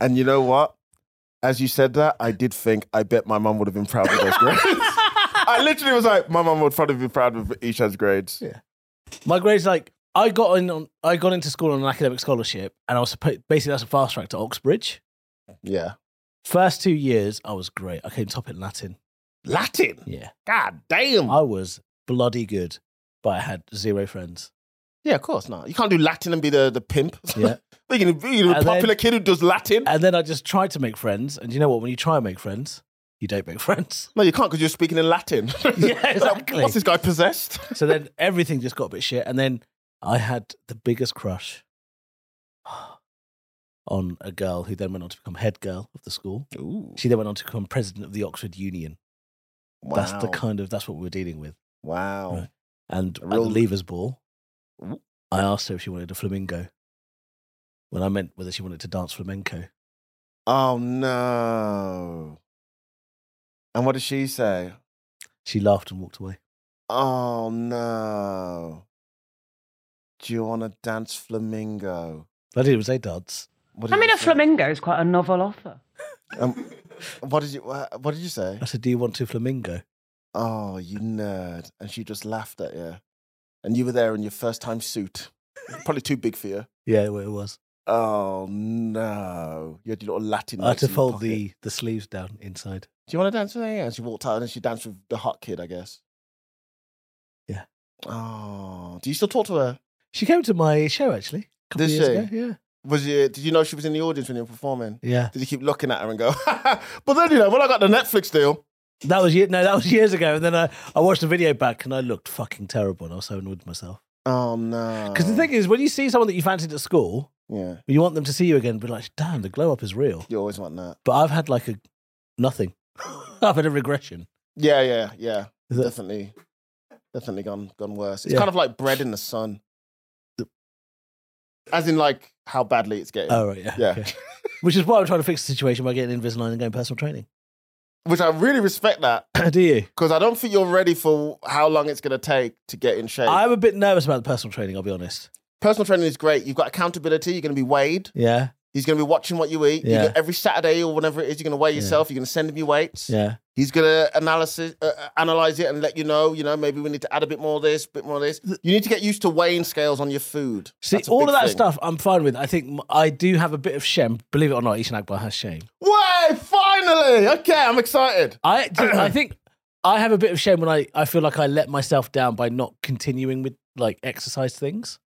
[SPEAKER 6] and you know what? As you said that, I did think I bet my mum would have been proud of those grades. I literally was like, my mum would probably be proud of Ishan's grades.
[SPEAKER 3] My grades like I got in on I got into school on an academic scholarship and I was supposed basically that's a fast track to Oxbridge.
[SPEAKER 6] Yeah.
[SPEAKER 3] First two years I was great. I came top in Latin.
[SPEAKER 6] Latin.
[SPEAKER 3] Yeah.
[SPEAKER 6] God damn.
[SPEAKER 3] I was bloody good, but I had zero friends.
[SPEAKER 6] yeah, of course not. You can't do Latin and be the, the pimp.
[SPEAKER 3] Yeah.
[SPEAKER 6] you can be the
[SPEAKER 3] And
[SPEAKER 6] popular
[SPEAKER 3] then- Uh,
[SPEAKER 6] kid who does Latin.
[SPEAKER 3] And then I just tried to make friends. And you know what? When you try and make friends, you don't make friends.
[SPEAKER 6] no, you can't because you're speaking in Latin. It's like,
[SPEAKER 3] exactly.
[SPEAKER 6] What's this guy possessed?
[SPEAKER 3] So then everything just got a bit shit. And then I had the biggest crush on a girl who then went on to become head girl of the school.
[SPEAKER 6] Ooh.
[SPEAKER 3] She then went on to become president of the Oxford Union.
[SPEAKER 6] Wow.
[SPEAKER 3] That's the kind of that's what we were dealing with.
[SPEAKER 6] Wow.
[SPEAKER 3] Right. And at
[SPEAKER 6] Real-
[SPEAKER 3] the Leavers Ball,
[SPEAKER 6] Ooh.
[SPEAKER 3] I asked her if she wanted a flamingo. When I meant whether she wanted to dance flamenco,
[SPEAKER 6] Oh, no. And what did she say?
[SPEAKER 3] she laughed and walked away.
[SPEAKER 6] Oh, no. Do you want to dance flamingo?
[SPEAKER 3] I didn't even say dance.
[SPEAKER 6] What
[SPEAKER 5] I
[SPEAKER 6] did
[SPEAKER 5] mean,
[SPEAKER 6] you
[SPEAKER 5] a
[SPEAKER 6] say?
[SPEAKER 5] flamingo is quite a novel offer.
[SPEAKER 6] Um, what did you wha- What did you say?
[SPEAKER 3] I said, "Do you want to flamingo?"
[SPEAKER 6] Oh, you nerd. And she just laughed at you. And you were there in your first time suit. Probably too big for you.
[SPEAKER 3] Yeah, well, it was.
[SPEAKER 6] Oh, no. You had your little Latin.
[SPEAKER 3] I had
[SPEAKER 6] notes in
[SPEAKER 3] to
[SPEAKER 6] your
[SPEAKER 3] fold
[SPEAKER 6] pocket.
[SPEAKER 3] the, the sleeves down inside.
[SPEAKER 6] Do you want to dance with me? And she walked out and she danced with the hot kid, I guess.
[SPEAKER 3] Yeah.
[SPEAKER 6] Oh, do you still talk to her?
[SPEAKER 3] She came to my show actually. A couple
[SPEAKER 6] Did
[SPEAKER 3] of years
[SPEAKER 6] she?
[SPEAKER 3] ago. Yeah,
[SPEAKER 6] Was you, did you know she was in the audience when you were performing?
[SPEAKER 3] yeah.
[SPEAKER 6] Did you keep looking at her and go, but then, you know, when I got the Netflix deal,
[SPEAKER 3] That was ye- no, that was years ago. And then I, I watched the video back, and I looked fucking terrible, and I was so annoyed with myself.
[SPEAKER 6] oh, no.
[SPEAKER 3] Because the thing is, when you see someone that you fancied at school,
[SPEAKER 6] yeah,
[SPEAKER 3] you want them to see you again, and be like, "Damn, the glow up is real."
[SPEAKER 6] you always want that.
[SPEAKER 3] But I've had like a nothing. I've had a regression.
[SPEAKER 6] Yeah, yeah, yeah.
[SPEAKER 3] Is that-
[SPEAKER 6] Definitely, definitely gone gone worse. It's
[SPEAKER 3] Yeah.
[SPEAKER 6] kind of like bread in the sun, as in like how badly it's getting.
[SPEAKER 3] Oh right, yeah.
[SPEAKER 6] yeah,
[SPEAKER 3] okay. Which is why I'm trying to fix the situation by getting Invisalign and going personal training.
[SPEAKER 6] which I really respect that
[SPEAKER 3] Do you?
[SPEAKER 6] because I don't think you're ready for how long it's going to take to get in shape.
[SPEAKER 3] I'm a bit nervous about the personal training. I'll be honest.
[SPEAKER 6] Personal training is great. You've got accountability. You're going to be weighed.
[SPEAKER 3] Yeah,
[SPEAKER 6] He's going to be watching what you eat. You
[SPEAKER 3] Yeah.
[SPEAKER 6] go- every Saturday or whenever it is, you're going to weigh
[SPEAKER 3] Yeah.
[SPEAKER 6] yourself. You're going to send him your weights.
[SPEAKER 3] yeah.
[SPEAKER 6] He's going to analysis, uh, uh, analyze it and let you know, you know, maybe we need to add a bit more of this, bit more of this. You need to get used to weighing scales on your food.
[SPEAKER 3] See,
[SPEAKER 6] That's a
[SPEAKER 3] all
[SPEAKER 6] big
[SPEAKER 3] of that
[SPEAKER 6] thing.
[SPEAKER 3] stuff I'm fine with. I think m- I do have a bit of shame. Believe it or not, Ishan Akbar has shame.
[SPEAKER 6] Way, finally! Okay, I'm excited.
[SPEAKER 3] I, do- I think I have a bit of shame when I, I feel like I let myself down by not continuing with like exercise things.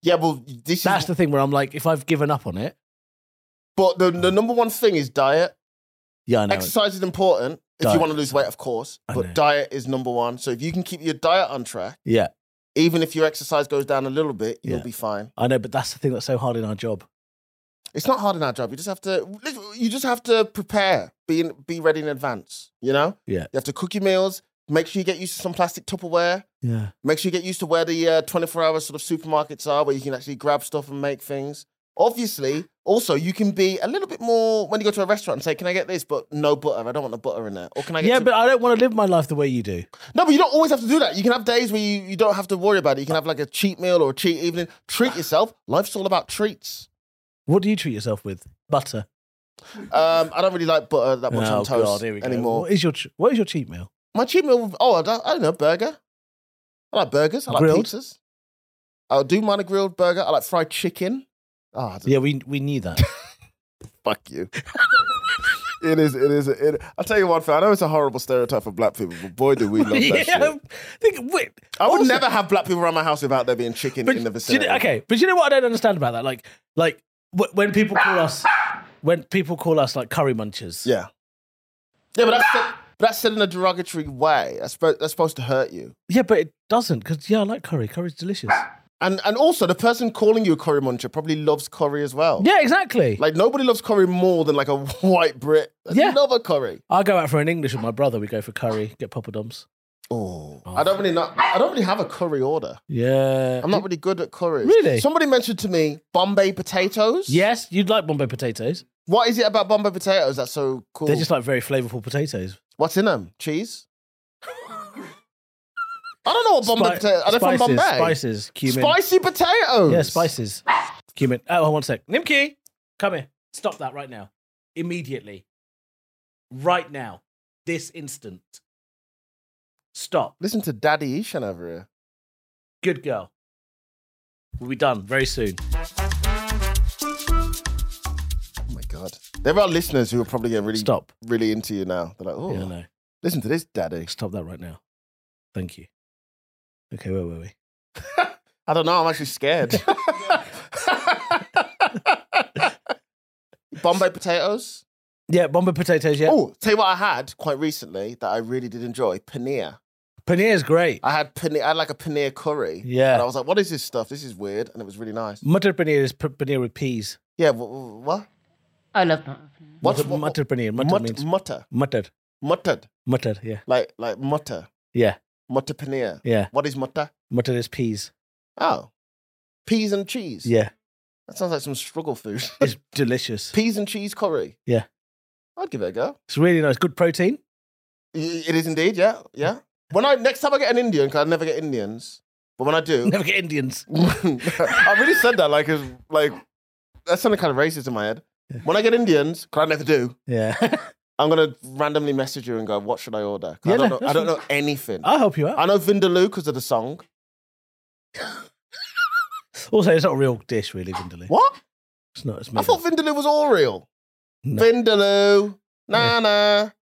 [SPEAKER 6] Yeah, well, this
[SPEAKER 3] That's
[SPEAKER 6] is.
[SPEAKER 3] the thing where I'm like, if I've given up on it,
[SPEAKER 6] but the, the number one thing is diet.
[SPEAKER 3] yeah, I know.
[SPEAKER 6] Exercise is important if you
[SPEAKER 3] Diet.
[SPEAKER 6] want to lose weight, of course.
[SPEAKER 3] I
[SPEAKER 6] But
[SPEAKER 3] know.
[SPEAKER 6] diet is number one. So if you can keep your diet on track,
[SPEAKER 3] yeah,
[SPEAKER 6] even if your exercise goes down a little bit, you'll
[SPEAKER 3] Yeah.
[SPEAKER 6] be fine.
[SPEAKER 3] I know. But that's the thing that's so hard in our job.
[SPEAKER 6] It's not hard in our job. You just have to. You just have to prepare. Be in, be ready in advance. You know.
[SPEAKER 3] Yeah.
[SPEAKER 6] You have to cook your meals. Make sure you get used to some plastic Tupperware.
[SPEAKER 3] Yeah,
[SPEAKER 6] Make sure you get used to where the uh, 24 hour sort of supermarkets are, where you can actually grab stuff and make things. Obviously, also, you can be a little bit more when you go to a restaurant and say, Can I get this? But no butter. I don't want the butter in there. Or can I get.
[SPEAKER 3] yeah.
[SPEAKER 6] two-"
[SPEAKER 3] But I don't want to live my life the way you do.
[SPEAKER 6] No, but you don't always have to do that. You can have days where you, you don't have to worry about it. You can have like a cheat meal or a cheat evening. Treat yourself. Life's all about treats.
[SPEAKER 3] What do you treat yourself with? Butter. Oh,
[SPEAKER 6] Um, I don't really like butter that much on toast
[SPEAKER 3] here we go.
[SPEAKER 6] anymore.
[SPEAKER 3] What is your ch- What is your cheat meal?
[SPEAKER 6] My cheat meal, oh, I don't, I don't know, burger.
[SPEAKER 2] I like burgers. I like
[SPEAKER 3] Grilled?
[SPEAKER 2] pizzas. I'll do mine a grilled burger. I like fried chicken. Ah, I don't-
[SPEAKER 3] Yeah, we we knew that.
[SPEAKER 2] fuck you. it is. It is. It, I'll tell you one thing. I know it's a horrible stereotype of black people, but boy, do we love that
[SPEAKER 3] yeah,
[SPEAKER 2] shit.
[SPEAKER 3] think, wait,
[SPEAKER 2] I would
[SPEAKER 3] also-
[SPEAKER 2] never have black people around my house without there being chicken in the
[SPEAKER 3] do you know-
[SPEAKER 2] vicinity.
[SPEAKER 3] okay, but you know what I don't understand about that? Like, like wh- when people call us, when people call us like curry munchers.
[SPEAKER 2] Yeah. Yeah, but that's said, but that's said in a derogatory way. That's, spo- that's supposed to hurt you.
[SPEAKER 3] yeah, but it doesn't because yeah, I like curry. Curry's delicious.
[SPEAKER 2] And and also the person calling you a curry muncher probably loves curry as well.
[SPEAKER 3] Yeah, exactly.
[SPEAKER 2] Like nobody loves curry more than like a white Brit. That's
[SPEAKER 3] Yeah.
[SPEAKER 2] Another curry.
[SPEAKER 3] I go out for an English with my brother. We go for curry, get poppadoms.
[SPEAKER 2] Oh. I don't really not I don't really have a curry order.
[SPEAKER 3] Yeah.
[SPEAKER 2] I'm not really good at curries.
[SPEAKER 3] Really?
[SPEAKER 2] Somebody mentioned to me Bombay potatoes.
[SPEAKER 3] Yes, you'd like Bombay potatoes.
[SPEAKER 2] What is it about Bombay potatoes that's so cool?
[SPEAKER 3] They're just like very flavorful potatoes.
[SPEAKER 2] What's in them? Cheese? I don't know what Bombay
[SPEAKER 3] Spi-
[SPEAKER 2] potatoes are. they from
[SPEAKER 3] spices,
[SPEAKER 2] Bombay?
[SPEAKER 3] Spices, cumin.
[SPEAKER 2] Spicy potatoes.
[SPEAKER 3] Yeah, spices, cumin. Oh, hold on one sec. Nimki, come here. Stop that right now. Immediately. Right now. This instant. Stop.
[SPEAKER 2] Listen to Daddy Ishan over here.
[SPEAKER 3] Good girl. We'll be done very soon.
[SPEAKER 2] Oh my god. There are listeners who are probably getting really
[SPEAKER 3] Stop.
[SPEAKER 2] really into you now. They're like, oh
[SPEAKER 3] Yeah, no.
[SPEAKER 2] listen to this, daddy.
[SPEAKER 3] Stop that right now. Thank you. Okay, where were we?
[SPEAKER 2] I don't know, I'm actually scared. Bombay potatoes.
[SPEAKER 3] Yeah, Bombay potatoes, yeah.
[SPEAKER 2] Oh, tell you what I had quite recently that I really did enjoy. Paneer.
[SPEAKER 3] Paneer is great.
[SPEAKER 2] I had paneer I had like a paneer curry.
[SPEAKER 3] Yeah.
[SPEAKER 2] And I was like, what is this stuff? This is weird. And it was really nice.
[SPEAKER 3] Mutter paneer is p- paneer with peas.
[SPEAKER 2] Yeah, wh- wh- what?
[SPEAKER 5] I love that.
[SPEAKER 2] What's
[SPEAKER 3] mutter,
[SPEAKER 2] what-
[SPEAKER 3] mutter paneer. Mutter
[SPEAKER 2] mut-
[SPEAKER 3] means
[SPEAKER 2] mutter.
[SPEAKER 3] mutter.
[SPEAKER 2] Muttered.
[SPEAKER 3] Mutter, yeah.
[SPEAKER 2] Like like mutter.
[SPEAKER 3] Yeah,
[SPEAKER 2] Mutter paneer.
[SPEAKER 3] yeah.
[SPEAKER 2] What is mutter?
[SPEAKER 3] Mutter is peas.
[SPEAKER 2] Oh. Peas and cheese.
[SPEAKER 3] Yeah.
[SPEAKER 2] That sounds like some struggle food.
[SPEAKER 3] It's delicious.
[SPEAKER 2] Peas and cheese curry.
[SPEAKER 3] Yeah.
[SPEAKER 2] I'd give it a go.
[SPEAKER 3] It's really nice. Good protein.
[SPEAKER 2] I- It is indeed, yeah. Yeah. When I next time I get an Indian, because I never get Indians, but when I do
[SPEAKER 3] Never get Indians.
[SPEAKER 2] I really said that like it's like that's something kind of racist in my head. When I get Indians, because I never do,
[SPEAKER 3] Yeah.
[SPEAKER 2] I'm gonna randomly message you and go, "What should I order?" 'Cause
[SPEAKER 3] Yeah,
[SPEAKER 2] I don't know.
[SPEAKER 3] no,
[SPEAKER 2] I
[SPEAKER 3] that's Oh.
[SPEAKER 2] don't know anything.
[SPEAKER 3] I'll help you out.
[SPEAKER 2] I know Vindaloo because of the song.
[SPEAKER 3] Also, it's not a real dish, really, Vindaloo.
[SPEAKER 2] What?
[SPEAKER 3] It's not. It's
[SPEAKER 2] I
[SPEAKER 3] made
[SPEAKER 2] thought Vindaloo was all real.
[SPEAKER 3] No.
[SPEAKER 2] Vindaloo, na na,
[SPEAKER 3] up.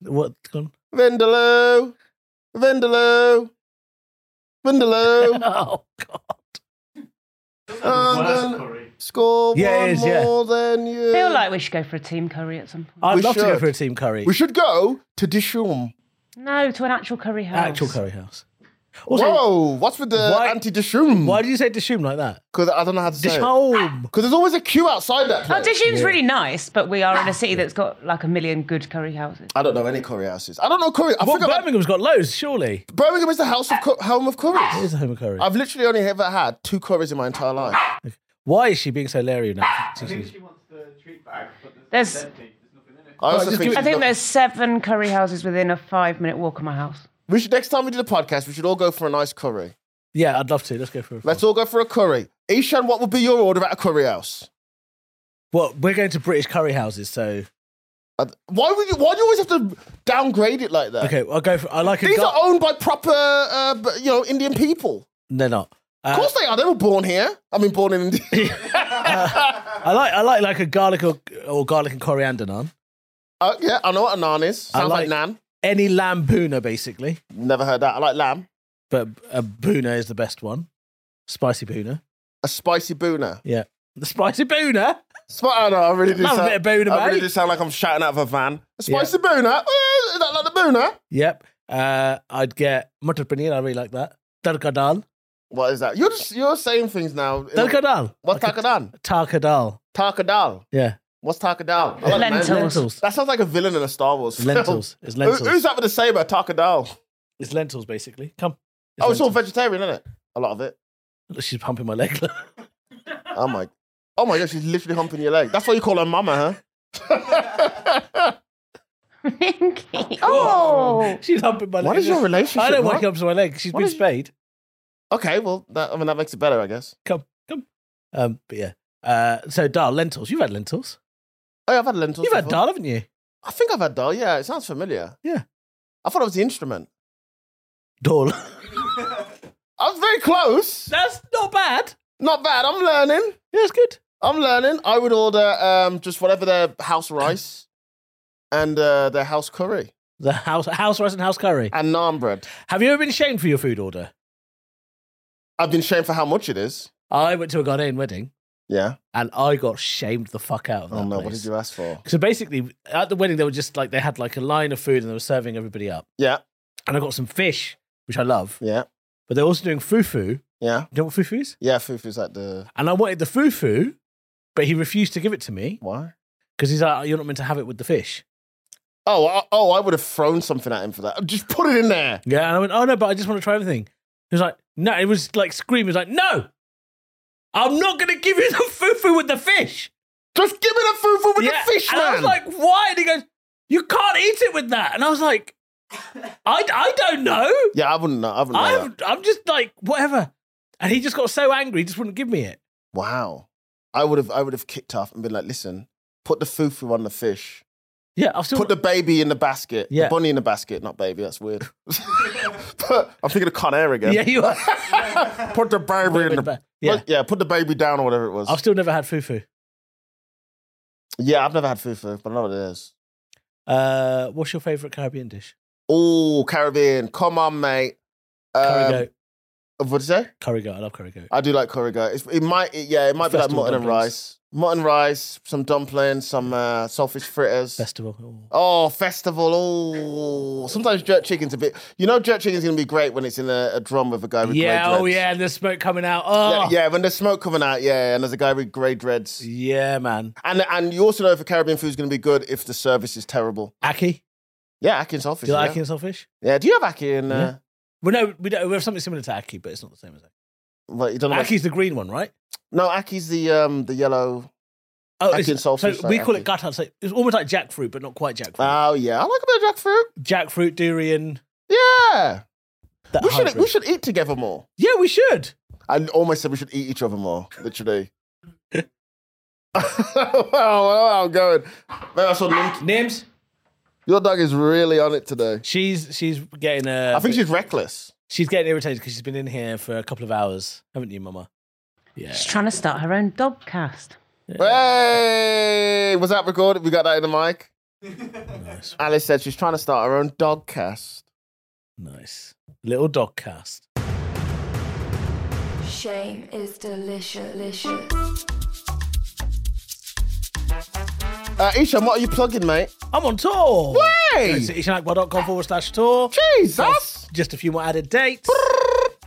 [SPEAKER 3] What? Gone?
[SPEAKER 2] Vindaloo, Vindaloo, Vindaloo.
[SPEAKER 3] Oh, God.
[SPEAKER 2] Um,
[SPEAKER 4] Worst
[SPEAKER 2] then-
[SPEAKER 4] curry.
[SPEAKER 2] Score
[SPEAKER 3] Yeah, it
[SPEAKER 2] one
[SPEAKER 3] is, yeah.
[SPEAKER 2] more than you.
[SPEAKER 5] I
[SPEAKER 3] Uh,
[SPEAKER 5] feel like we should go for a team curry at some point.
[SPEAKER 3] I'd
[SPEAKER 2] We
[SPEAKER 3] love to go
[SPEAKER 2] should.
[SPEAKER 3] for a team curry.
[SPEAKER 2] we should go to Dishoom.
[SPEAKER 5] No, to an actual curry house.
[SPEAKER 3] Actual curry house. Also,
[SPEAKER 2] Whoa, Oh, what's with the
[SPEAKER 3] Why-
[SPEAKER 2] anti Dishoom?
[SPEAKER 3] why do you say Dishoom like that?
[SPEAKER 2] Because I don't know how to say it.
[SPEAKER 3] Dishoom.
[SPEAKER 2] Because there's always a queue outside that
[SPEAKER 5] Oh,
[SPEAKER 2] place.
[SPEAKER 5] Dishoom's really nice, but we are in
[SPEAKER 7] Ah.
[SPEAKER 5] a city that's got like a million good curry houses.
[SPEAKER 2] I don't know any curry houses. I don't know curry. I
[SPEAKER 3] Well,
[SPEAKER 2] forgot about-
[SPEAKER 3] Birmingham's got loads, surely.
[SPEAKER 2] Birmingham is the house of cu- home of
[SPEAKER 3] It is
[SPEAKER 2] curries.
[SPEAKER 3] a home of curry.
[SPEAKER 2] I've literally only ever had two curries in my entire life.
[SPEAKER 3] Why is she being so leery now?
[SPEAKER 4] I think she wants the treat bag, but there's, there's
[SPEAKER 5] There's-
[SPEAKER 4] empty. There's nothing in it.
[SPEAKER 2] I also
[SPEAKER 3] just
[SPEAKER 2] think,
[SPEAKER 3] give it-
[SPEAKER 5] I think there's seven curry houses within a five minute walk of my house.
[SPEAKER 2] we should next time we do the podcast, we should all go for a nice curry.
[SPEAKER 3] Yeah, I'd love to. Let's go for a
[SPEAKER 2] Let's all go for a curry. Ishan, what would be your order at a curry house?
[SPEAKER 3] Well, we're going to British curry houses, so
[SPEAKER 2] Uh, Why would you? Why do you always have to downgrade it like that?
[SPEAKER 3] okay, I'll go for. I like a.
[SPEAKER 2] These
[SPEAKER 3] gar-
[SPEAKER 2] are owned by proper, uh, b- you know, Indian people.
[SPEAKER 3] They're not. Uh,
[SPEAKER 2] Of course they are. They were born here. I mean, born in India.
[SPEAKER 3] I like I like like a garlic or, or garlic and coriander naan.
[SPEAKER 2] Uh, yeah, I know what a naan is.
[SPEAKER 3] I
[SPEAKER 2] Sounds like,
[SPEAKER 3] like-
[SPEAKER 2] nan.
[SPEAKER 3] Any lamb puna, basically,
[SPEAKER 2] Never heard that. I like lamb.
[SPEAKER 3] but a puna is the best one. Spicy puna,
[SPEAKER 2] A spicy boona.
[SPEAKER 3] yeah. The spicy puna.
[SPEAKER 2] Sp- I know. I really do.
[SPEAKER 3] Love a
[SPEAKER 2] sound,
[SPEAKER 3] bit of boona,
[SPEAKER 2] I really
[SPEAKER 3] mate.
[SPEAKER 2] do sound like I'm shouting out of a van. A
[SPEAKER 3] Yeah.
[SPEAKER 2] spicy boona. Eh, Is that like the boona?
[SPEAKER 3] Yep. Uh, I'd get mutter paneer. I really like that. Tadka dal.
[SPEAKER 2] What is that? You're just you're saying things now.
[SPEAKER 3] Tadka dal.
[SPEAKER 2] What's takadal?
[SPEAKER 3] Tarka dal.
[SPEAKER 2] Takadal.
[SPEAKER 3] Yeah.
[SPEAKER 2] What's takadal? I the
[SPEAKER 5] Lentils.
[SPEAKER 2] name.
[SPEAKER 3] Lentils.
[SPEAKER 2] That sounds like a villain in a Star Wars film.
[SPEAKER 3] Lentils. It's
[SPEAKER 2] Who,
[SPEAKER 3] lentils.
[SPEAKER 2] who's that with the saber? Takadal.
[SPEAKER 3] It's lentils, basically. Come.
[SPEAKER 2] Oh, it's all
[SPEAKER 3] lentils.
[SPEAKER 2] vegetarian, isn't it? A lot of it.
[SPEAKER 3] She's pumping my leg.
[SPEAKER 2] Oh my, oh my God, she's literally humping your leg. That's why you call her mama, huh?
[SPEAKER 5] Minky. Oh!
[SPEAKER 3] She's humping my leg.
[SPEAKER 2] What is your relationship
[SPEAKER 3] I don't
[SPEAKER 2] like?
[SPEAKER 3] wake up to my leg. She's
[SPEAKER 2] What
[SPEAKER 3] been
[SPEAKER 2] is-
[SPEAKER 3] spayed.
[SPEAKER 2] Okay, well, that, I mean that makes it better, I guess.
[SPEAKER 3] Come, come. Um, but yeah. Uh, so dal lentils. You've had lentils.
[SPEAKER 2] Oh, yeah, I've had lentils.
[SPEAKER 3] You've had
[SPEAKER 2] before.
[SPEAKER 3] dal, haven't you?
[SPEAKER 2] I think I've had dal. Yeah, it sounds familiar.
[SPEAKER 3] Yeah.
[SPEAKER 2] I thought it was the instrument.
[SPEAKER 3] Dal.
[SPEAKER 2] I was very close.
[SPEAKER 3] That's not bad.
[SPEAKER 2] Not bad. I'm learning.
[SPEAKER 3] Yeah, it's good.
[SPEAKER 2] I'm learning. I would order um, just whatever their house rice and uh, their house curry
[SPEAKER 3] The house, house rice and house curry.
[SPEAKER 2] and naan bread.
[SPEAKER 3] Have you ever been shamed for your food order?
[SPEAKER 2] I've been shamed for how much it is.
[SPEAKER 3] I went to a Ghanaian wedding
[SPEAKER 2] Yeah.
[SPEAKER 3] and I got shamed the fuck out of that.
[SPEAKER 2] Oh no, what
[SPEAKER 3] place.
[SPEAKER 2] did you ask for?
[SPEAKER 3] So basically, at the wedding, they were just like they had like a line of food and they were serving everybody up.
[SPEAKER 2] Yeah.
[SPEAKER 3] And I got some fish, which I love,
[SPEAKER 2] Yeah.
[SPEAKER 3] but they're also doing fufu. You
[SPEAKER 2] Yeah.
[SPEAKER 3] know what fufu is?
[SPEAKER 2] Yeah, fufu's like the
[SPEAKER 3] And I wanted the fufu, but he refused to give it to me
[SPEAKER 2] why?
[SPEAKER 3] because he's like, "You're not meant to have it with the fish."
[SPEAKER 2] Oh, I, oh, I would have thrown something at him for that. Just put it in there.
[SPEAKER 3] Yeah, and I went, "Oh no, but I just want to try everything." He was like, "No," it was like screaming, he was like, "No, I'm not going to give you the fufu with the fish."
[SPEAKER 2] Just give me the fufu with
[SPEAKER 3] Yeah,
[SPEAKER 2] the fish,
[SPEAKER 3] and I
[SPEAKER 2] man.
[SPEAKER 3] was like, "Why?" And he goes, "You can't eat it with that." And I was like, "I, I don't know."
[SPEAKER 2] yeah, I wouldn't know. I wouldn't know.
[SPEAKER 3] I'm,
[SPEAKER 2] that.
[SPEAKER 3] I'm just like whatever. And he just got so angry, he just wouldn't give me it.
[SPEAKER 2] Wow. I would have. I would have kicked off and been like, "Listen, put the fufu on the fish.
[SPEAKER 3] Yeah, I've still
[SPEAKER 2] Put the baby in the basket.
[SPEAKER 3] Yeah.
[SPEAKER 2] The bunny in the basket, not baby. That's weird. but I'm thinking of Con Air again.
[SPEAKER 3] yeah, you are.
[SPEAKER 2] Put the baby in the.
[SPEAKER 3] But- yeah,
[SPEAKER 2] Put, yeah, put the baby down or whatever it was.
[SPEAKER 3] I've still never had fufu.
[SPEAKER 2] yeah, I've never had fufu, but I know what it is.
[SPEAKER 3] Uh, what's your favorite Caribbean dish?
[SPEAKER 2] Oh, Caribbean. Come on, mate.
[SPEAKER 3] Curry
[SPEAKER 2] Um, uh,
[SPEAKER 3] goat.
[SPEAKER 2] what did you say?
[SPEAKER 3] Curry goat. I love curry goat.
[SPEAKER 2] I do like curry goat. It's, it might, it- yeah, it might be
[SPEAKER 3] Festival
[SPEAKER 2] like mutton and
[SPEAKER 3] dumplings.
[SPEAKER 2] rice, mutton rice, some dumplings, some uh, saltfish fritters.
[SPEAKER 3] Festival. Oh.
[SPEAKER 2] Oh, festival! Oh, sometimes jerk chicken's a bit. You know, jerk chicken's gonna be great when it's in a, a drum with a guy with
[SPEAKER 3] Yeah.
[SPEAKER 2] grey dreads.
[SPEAKER 3] Oh yeah. And the smoke coming out. Oh
[SPEAKER 2] yeah, yeah. When there's smoke coming out, yeah, and there's a guy with grey dreads,
[SPEAKER 3] Yeah, man.
[SPEAKER 2] and and you also know if a Caribbean food's gonna be good if the service is terrible.
[SPEAKER 3] Aki.
[SPEAKER 2] Yeah, ackee and saltfish.
[SPEAKER 3] Do you like
[SPEAKER 2] yeah.
[SPEAKER 3] Aki and saltfish?
[SPEAKER 2] yeah, do you have ackee in? Uh,
[SPEAKER 3] Yeah. Well, no, we don't. We have something similar to Aki, but it's not the same as Aki.
[SPEAKER 2] Like you don't know. what-
[SPEAKER 3] Aki's the green one, right?
[SPEAKER 2] No, accee's the um the yellow.
[SPEAKER 3] Oh,
[SPEAKER 2] Aki
[SPEAKER 3] it's-
[SPEAKER 2] and saltfish,
[SPEAKER 3] So
[SPEAKER 2] like
[SPEAKER 3] we call
[SPEAKER 2] Aki.
[SPEAKER 3] it gutter. So it's almost like jackfruit, but not quite jackfruit.
[SPEAKER 2] Oh yeah, I like a bit of jackfruit.
[SPEAKER 3] jackfruit, durian.
[SPEAKER 2] Yeah.
[SPEAKER 3] That
[SPEAKER 2] We should,
[SPEAKER 3] hybrid.
[SPEAKER 2] we should eat together more.
[SPEAKER 3] Yeah, we should.
[SPEAKER 2] I almost said we should eat each other more, literally. wow, wow, I'm going. Man, I saw Nim-
[SPEAKER 3] Nims,
[SPEAKER 2] Your dog is really on it today.
[SPEAKER 3] she's she's getting uh,
[SPEAKER 2] I think she's reckless.
[SPEAKER 3] she's getting irritated because she's been in here for a couple of hours, haven't you, Mama? Yeah.
[SPEAKER 5] She's trying to start her own dogcast.
[SPEAKER 2] Hey, was that recorded? We got that in the mic.
[SPEAKER 3] Nice,
[SPEAKER 2] Alice said she's trying to start her own dog cast.
[SPEAKER 3] nice little dog cast.
[SPEAKER 1] Shame is delicious. delicious.
[SPEAKER 2] Uh, Ishan, what are you plugging, mate?
[SPEAKER 3] I'm on tour.
[SPEAKER 2] Hey,
[SPEAKER 3] It's ishanakbar.com forward slash tour.
[SPEAKER 2] Jesus!
[SPEAKER 3] Just a few more added dates.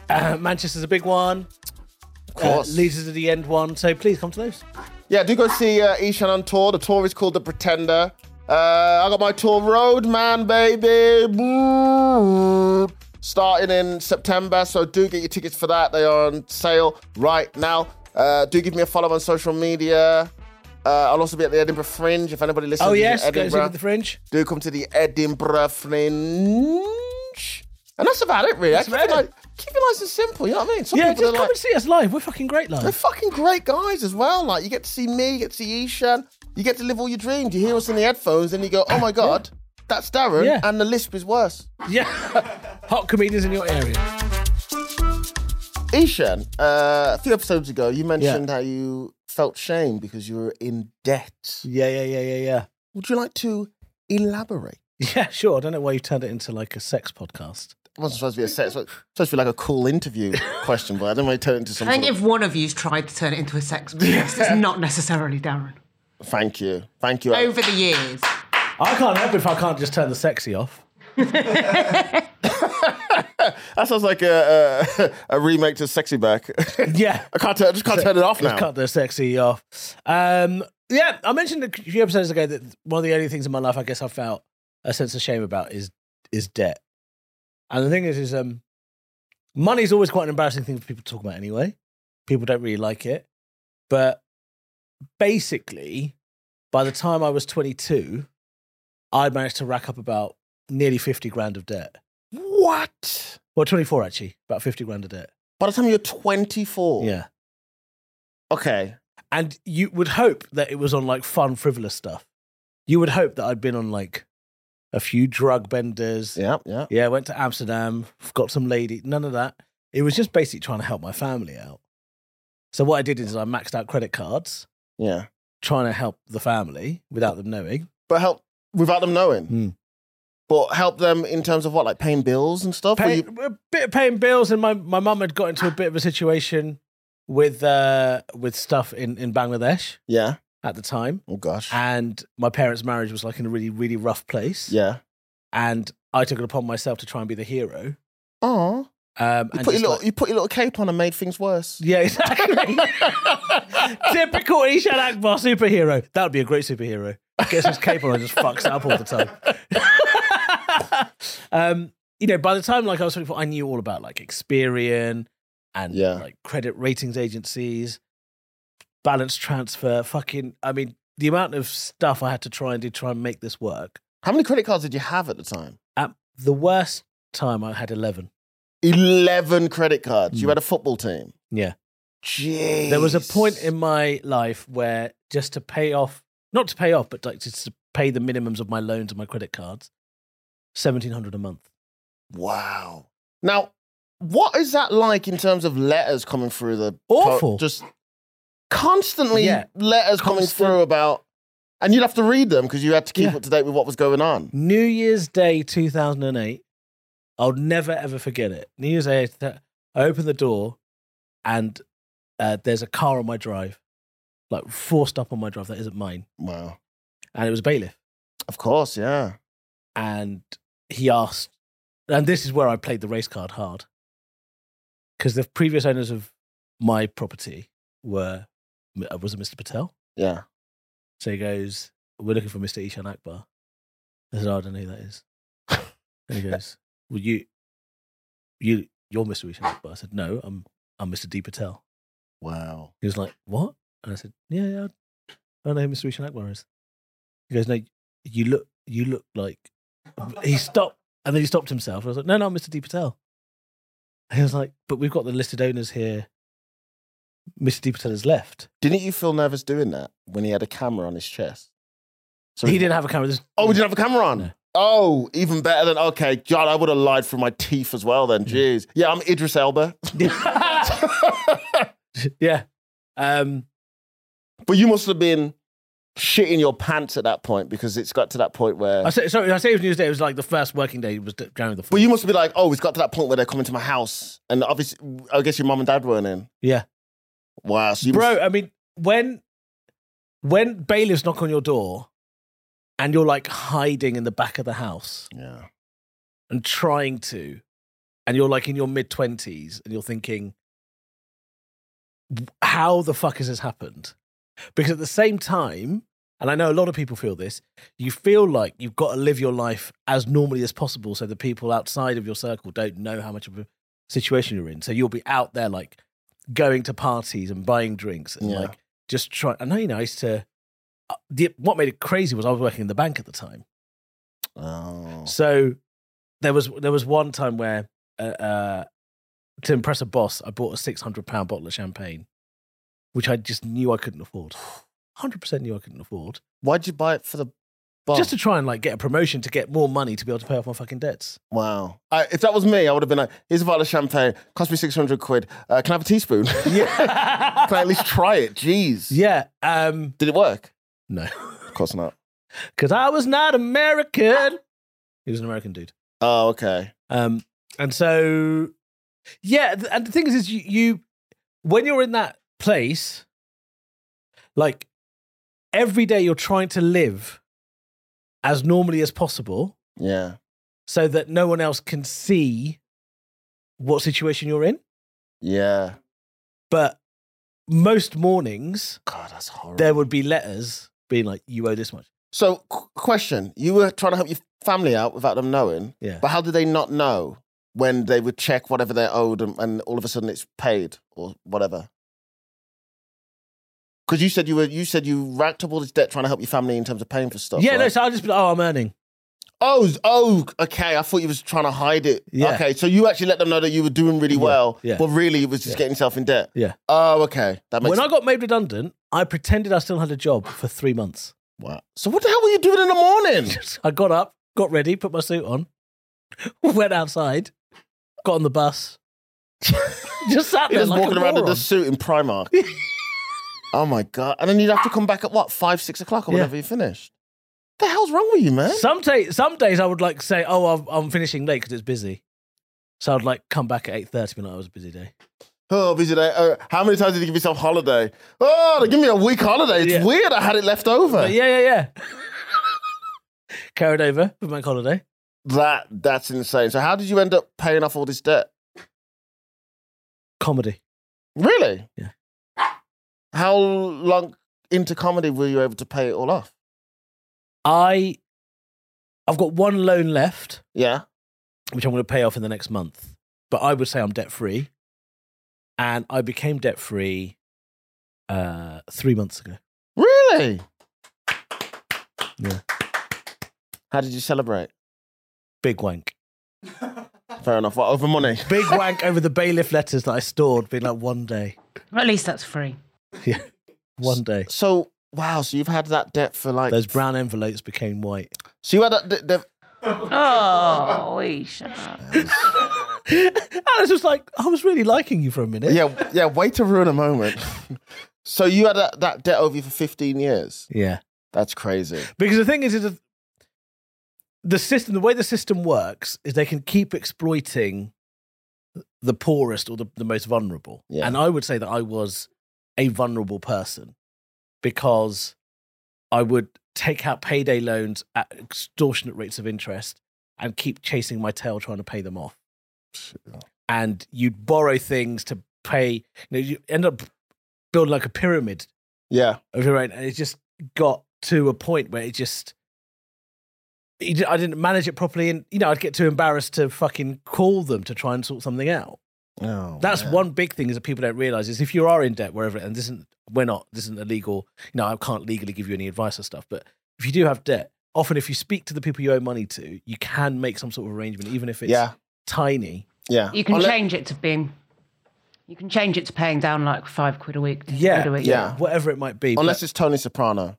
[SPEAKER 3] Uh, Manchester's a big one. Uh,
[SPEAKER 2] Of course.
[SPEAKER 3] Leeds is the end one. So please come to those.
[SPEAKER 2] Yeah, do go see uh, Ishan on tour. The tour is called The Pretender. Uh, I got my tour road, man, baby. Boo. Starting in September, so do get your tickets for that. They are on sale right now. Uh, do give me a follow on social media. Uh, I'll also be at the Edinburgh Fringe if anybody listens.
[SPEAKER 3] Oh
[SPEAKER 2] is in
[SPEAKER 3] yes, go
[SPEAKER 2] Edinburgh.
[SPEAKER 3] see the fringe.
[SPEAKER 2] do come to the Edinburgh Fringe. And that's about it, really. Keep
[SPEAKER 3] about
[SPEAKER 2] it,
[SPEAKER 3] it.
[SPEAKER 2] like, keep it nice and simple. You know what I mean? Some
[SPEAKER 3] Yeah,
[SPEAKER 2] people
[SPEAKER 3] just
[SPEAKER 2] are
[SPEAKER 3] come
[SPEAKER 2] like,
[SPEAKER 3] and see us live. We're fucking great
[SPEAKER 2] they're
[SPEAKER 3] live.
[SPEAKER 2] fucking great guys as well. Like you get to see me, you get to see Ishan, you get to live all your dreams. You hear us in the headphones, and you go, "Oh my god, that's Darren,"
[SPEAKER 3] Yeah.
[SPEAKER 2] and the lisp is worse.
[SPEAKER 3] Yeah, hot comedians in your area.
[SPEAKER 2] Ishan, uh, a few episodes ago, you mentioned how you felt shame because you were in debt.
[SPEAKER 3] Yeah, yeah, yeah, yeah, yeah.
[SPEAKER 2] Would you like to elaborate?
[SPEAKER 3] Yeah, sure. I don't know why you turned it into like a sex podcast.
[SPEAKER 2] It wasn't supposed to be a set. It was supposed to be like a cool interview question, but I didn't want to turn it into
[SPEAKER 7] I
[SPEAKER 2] something.
[SPEAKER 7] think if one of you's tried to turn it into a sex podcast, it's not necessarily Darren.
[SPEAKER 2] Thank you, thank you.
[SPEAKER 7] Over the years,
[SPEAKER 3] I can't help if I can't just turn the sexy off.
[SPEAKER 2] That sounds like a, a, a remake to Sexy Back.
[SPEAKER 3] Yeah.
[SPEAKER 2] I can't. Turn, I just can't turn it off now.
[SPEAKER 3] Just cut the sexy off. Um, yeah, I mentioned a few episodes ago that one of the only things in my life I guess I felt a sense of shame about is is debt. And the thing is, is um, money's always quite an embarrassing thing for people to talk about anyway. People don't really like it. But basically, by the time I was 22, I managed to rack up about nearly 50 grand of debt.
[SPEAKER 2] What?
[SPEAKER 3] Well, 24 actually, about 50 grand of debt.
[SPEAKER 2] By the time you're 24.
[SPEAKER 3] Yeah.
[SPEAKER 2] Okay.
[SPEAKER 3] And you would hope that it was on like fun, frivolous stuff. You would hope that I'd been on like a few drug benders.
[SPEAKER 2] Yeah, yeah.
[SPEAKER 3] Yeah, went to Amsterdam, got some lady, none of that. It was just basically trying to help my family out. So what I did is I maxed out credit cards,
[SPEAKER 2] Yeah.
[SPEAKER 3] trying to help the family without them knowing.
[SPEAKER 2] But help without them knowing.
[SPEAKER 3] Hmm.
[SPEAKER 2] But help them in terms of what, like paying bills and stuff? Or
[SPEAKER 3] Pay,
[SPEAKER 2] you-
[SPEAKER 3] a bit of paying bills, and my my mum had got into a bit of a situation with uh, with stuff in in Bangladesh
[SPEAKER 2] yeah.
[SPEAKER 3] at the time,
[SPEAKER 2] Oh, gosh.
[SPEAKER 3] and my parents' marriage was like in a really really rough place.
[SPEAKER 2] Yeah.
[SPEAKER 3] and I took it upon myself to try and be the hero.
[SPEAKER 2] Oh.
[SPEAKER 3] Um,
[SPEAKER 2] You
[SPEAKER 3] and
[SPEAKER 2] put, your
[SPEAKER 3] just
[SPEAKER 2] little,
[SPEAKER 3] like-
[SPEAKER 2] you put your little cape on and made things worse.
[SPEAKER 3] yeah, exactly. Typical Ishan Akbar superhero. That would be a great superhero. Gets his cape on and just fucks up all the time. um, you know, by the time like I was 24, I knew all about like Experian and
[SPEAKER 2] Yeah.
[SPEAKER 3] like credit ratings agencies, balance transfer, fucking I mean, the amount of stuff I had to try and do to try and make this work.
[SPEAKER 2] How many credit cards did you have at the time?
[SPEAKER 3] At the worst time I had eleven.
[SPEAKER 2] 11 credit cards. You
[SPEAKER 3] Hmm.
[SPEAKER 2] had a football team.
[SPEAKER 3] Yeah.
[SPEAKER 2] Jeez.
[SPEAKER 3] There was a point in my life where just to pay off, not to pay off, but like just to pay the minimums of my loans and my credit cards, seventeen hundred a month.
[SPEAKER 2] Wow. Now, what is that like in terms of letters coming through the
[SPEAKER 3] Awful.
[SPEAKER 2] just constantly
[SPEAKER 3] Yeah.
[SPEAKER 2] letters coming
[SPEAKER 3] Constant.
[SPEAKER 2] through about and you'd have to read them because you had to keep
[SPEAKER 3] Yeah.
[SPEAKER 2] up to date with what was going on.
[SPEAKER 3] New Year's Day two thousand and eight. I'll never ever forget it. New Year's Day. th- I open the door, and uh, there's a car on my drive, like forced up on my drive that isn't mine,
[SPEAKER 2] Wow.
[SPEAKER 3] and it was a bailiff.
[SPEAKER 2] Of course, yeah.
[SPEAKER 3] and he asked, and this is where I played the race card hard, because the previous owners of my property were uh, was it Mr. Patel?
[SPEAKER 2] Yeah.
[SPEAKER 3] So he goes, "We're looking for Mr. Ishan Akbar." I said, "Oh, "I don't know who that is." and he goes, "Well, you, you, you're Mr. Ishan Akbar." I said, "No, I'm I'm Mr. D Patel."
[SPEAKER 2] Wow.
[SPEAKER 3] He was like, "What?" And I said, "Yeah, yeah, I know who Mr. Richard Akbar is." He goes, "No, you look, you look like." He stopped, and then he stopped himself. I was like, "No, no, I'm Mr. D Patel." And he was like, "But we've got the listed owners here. Mr. D Patel has left.
[SPEAKER 2] Didn't you feel nervous doing that when he had a camera on his chest? So
[SPEAKER 3] he didn't have a camera. This-
[SPEAKER 2] Oh, we didn't have a camera on.
[SPEAKER 3] No.
[SPEAKER 2] Oh, even better than okay, God, I would have lied through my teeth as well then. Jeez. Yeah, I'm Idris Elba.
[SPEAKER 3] yeah, um,
[SPEAKER 2] But you must have been shitting your pants at that point because it's got to that point where.
[SPEAKER 3] I say, sorry, I say it was Newsday. It was like the first working day. It was January the
[SPEAKER 2] But
[SPEAKER 3] fourth.
[SPEAKER 2] you must be like, oh, it's got to that point where they're coming to my house, and obviously, I guess your mum and dad weren't in.
[SPEAKER 3] Yeah.
[SPEAKER 2] Wow. So you
[SPEAKER 3] bro uh,
[SPEAKER 2] must-
[SPEAKER 3] i mean when when bailiffs knock on your door and you're like hiding in the back of the house
[SPEAKER 2] yeah.
[SPEAKER 3] and trying to and you're like in your mid 20s and you're thinking how the fuck has this happened because at the same time and i know a lot of people feel this you feel like you've got to live your life as normally as possible so the people outside of your circle don't know how much of a situation you're in so you'll be out there like going to parties and buying drinks and
[SPEAKER 2] Yeah.
[SPEAKER 3] like just try i know you know i used to uh, the, what made it crazy was i was working in the bank at the time
[SPEAKER 2] Oh.
[SPEAKER 3] so there was there was one time where uh, uh, to impress a boss, I bought a six hundred pound bottle of champagne, which I just knew I couldn't afford. Hundred percent knew I couldn't afford,
[SPEAKER 2] Why'd you buy it for the bar?
[SPEAKER 3] just to try and like get a promotion to get more money to be able to pay off my fucking debts.
[SPEAKER 2] wow. I, if that was me, I would have been like, here's a bottle of champagne, cost me 600 quid. Uh, can I have a teaspoon?
[SPEAKER 3] Yeah,
[SPEAKER 2] can I at least try it? Jeez.
[SPEAKER 3] yeah. Um,
[SPEAKER 2] Did it work?
[SPEAKER 3] no,
[SPEAKER 2] Of course not.
[SPEAKER 3] because I was not American. He was an American dude.
[SPEAKER 2] Oh, okay.
[SPEAKER 3] Um, and so, yeah, th- and the thing is, is you, you when you're in that place, like every day you're trying to live as normally as possible
[SPEAKER 2] Yeah.
[SPEAKER 3] so that no one else can see what situation you're in.
[SPEAKER 2] Yeah.
[SPEAKER 3] But most mornings
[SPEAKER 2] God, that's horrible.
[SPEAKER 3] there would be letters being like, "You owe this much."
[SPEAKER 2] so, qu- question. You were trying to help your family out without them knowing.
[SPEAKER 3] Yeah.
[SPEAKER 2] But how do they not know when they would check whatever they're owed and, and all of a sudden it's paid or whatever? Because you said you were you said you racked up all this debt trying to help your family in terms of paying for stuff.
[SPEAKER 3] yeah,
[SPEAKER 2] right?
[SPEAKER 3] no. So I'll just be like, "Oh, I'm earning."
[SPEAKER 2] oh, s- oh, okay. I thought you was trying to hide it.
[SPEAKER 3] Yeah.
[SPEAKER 2] Okay, so you actually let them know that you were doing really
[SPEAKER 3] Yeah,
[SPEAKER 2] well,
[SPEAKER 3] yeah.
[SPEAKER 2] but really it was just
[SPEAKER 3] Yeah.
[SPEAKER 2] getting yourself in debt.
[SPEAKER 3] Yeah.
[SPEAKER 2] Oh, okay. That makes
[SPEAKER 3] When I got made redundant, I pretended I still had a job for three months.
[SPEAKER 2] wow. So what the hell were you doing in the morning?
[SPEAKER 3] I got up, got ready, put my suit on, went outside, got on the bus, just sat
[SPEAKER 2] He
[SPEAKER 3] there
[SPEAKER 2] just
[SPEAKER 3] like
[SPEAKER 2] walking
[SPEAKER 3] a
[SPEAKER 2] around in
[SPEAKER 3] moron.
[SPEAKER 2] this suit in Primark. oh my god! And then you'd have to come back at what five, six o'clock or
[SPEAKER 3] Yeah.
[SPEAKER 2] whenever you finished. the hell's wrong with you, man?
[SPEAKER 3] Some days, some days I would like say, "Oh, I'm, I'm finishing late because it's busy," so I'd like come back at eight thirty. Be like, "It was a busy day."
[SPEAKER 2] Oh, busy day. Oh, how many times did you give yourself holiday? Oh, they give me a week holiday. It's
[SPEAKER 3] Yeah.
[SPEAKER 2] weird. I had it left over.
[SPEAKER 3] But yeah, yeah, yeah. Carried over with my holiday.
[SPEAKER 2] That that's insane. So how did you end up paying off all this debt?
[SPEAKER 3] Comedy.
[SPEAKER 2] Really?
[SPEAKER 3] Yeah.
[SPEAKER 2] How long into comedy were you able to pay it all off?
[SPEAKER 3] I, I've got one loan left,
[SPEAKER 2] Yeah.
[SPEAKER 3] which I'm going to pay off in the next month. But I would say I'm debt free, and I became debt free uh, three months ago.
[SPEAKER 2] Really?
[SPEAKER 3] Yeah.
[SPEAKER 2] How did you celebrate?
[SPEAKER 3] Big wank.
[SPEAKER 2] Fair enough. What over money?
[SPEAKER 3] Big wank over the bailiff letters that I stored, being like, one day,
[SPEAKER 5] Well, at least that's free.
[SPEAKER 3] one day.
[SPEAKER 2] So wow. So you've had that debt for like
[SPEAKER 3] Those brown envelopes became white.
[SPEAKER 2] So you had that. debt- debt-
[SPEAKER 5] Oh, we shut up.
[SPEAKER 3] Alice was like, I was really liking you for a minute.
[SPEAKER 2] yeah. Yeah. Way to ruin a moment. so you had that, that debt over you for fifteen years.
[SPEAKER 3] Yeah.
[SPEAKER 2] That's crazy.
[SPEAKER 3] Because the thing is, is that the system, the way the system works is they can keep exploiting the poorest or the, the most vulnerable.
[SPEAKER 2] Yeah.
[SPEAKER 3] And I would say that I was a vulnerable person because I would take out payday loans at extortionate rates of interest and keep chasing my tail trying to pay them off. And you'd borrow things to pay, you know, you end up building like a pyramid
[SPEAKER 2] Yeah.
[SPEAKER 3] of your own, and it just got to a point where it just. you di- I didn't manage it properly, and you know I'd get too embarrassed to fucking call them to try and sort something out.
[SPEAKER 2] Oh,
[SPEAKER 3] That's
[SPEAKER 2] man.
[SPEAKER 3] one big thing is that people don't realize is if you are in debt, wherever, and this isn't we're not this isn't illegal. You know I can't legally give you any advice or stuff, but if you do have debt, often if you speak to the people you owe money to, you can make some sort of arrangement, even if it's
[SPEAKER 2] Yeah.
[SPEAKER 3] tiny.
[SPEAKER 2] Yeah.
[SPEAKER 5] You can
[SPEAKER 2] Unle-
[SPEAKER 5] change it to being. You can change it to paying down like five quid a week. 10
[SPEAKER 3] Yeah,
[SPEAKER 5] quid a week.
[SPEAKER 2] yeah.
[SPEAKER 3] whatever it might be. but-
[SPEAKER 2] Unless it's Tony Soprano.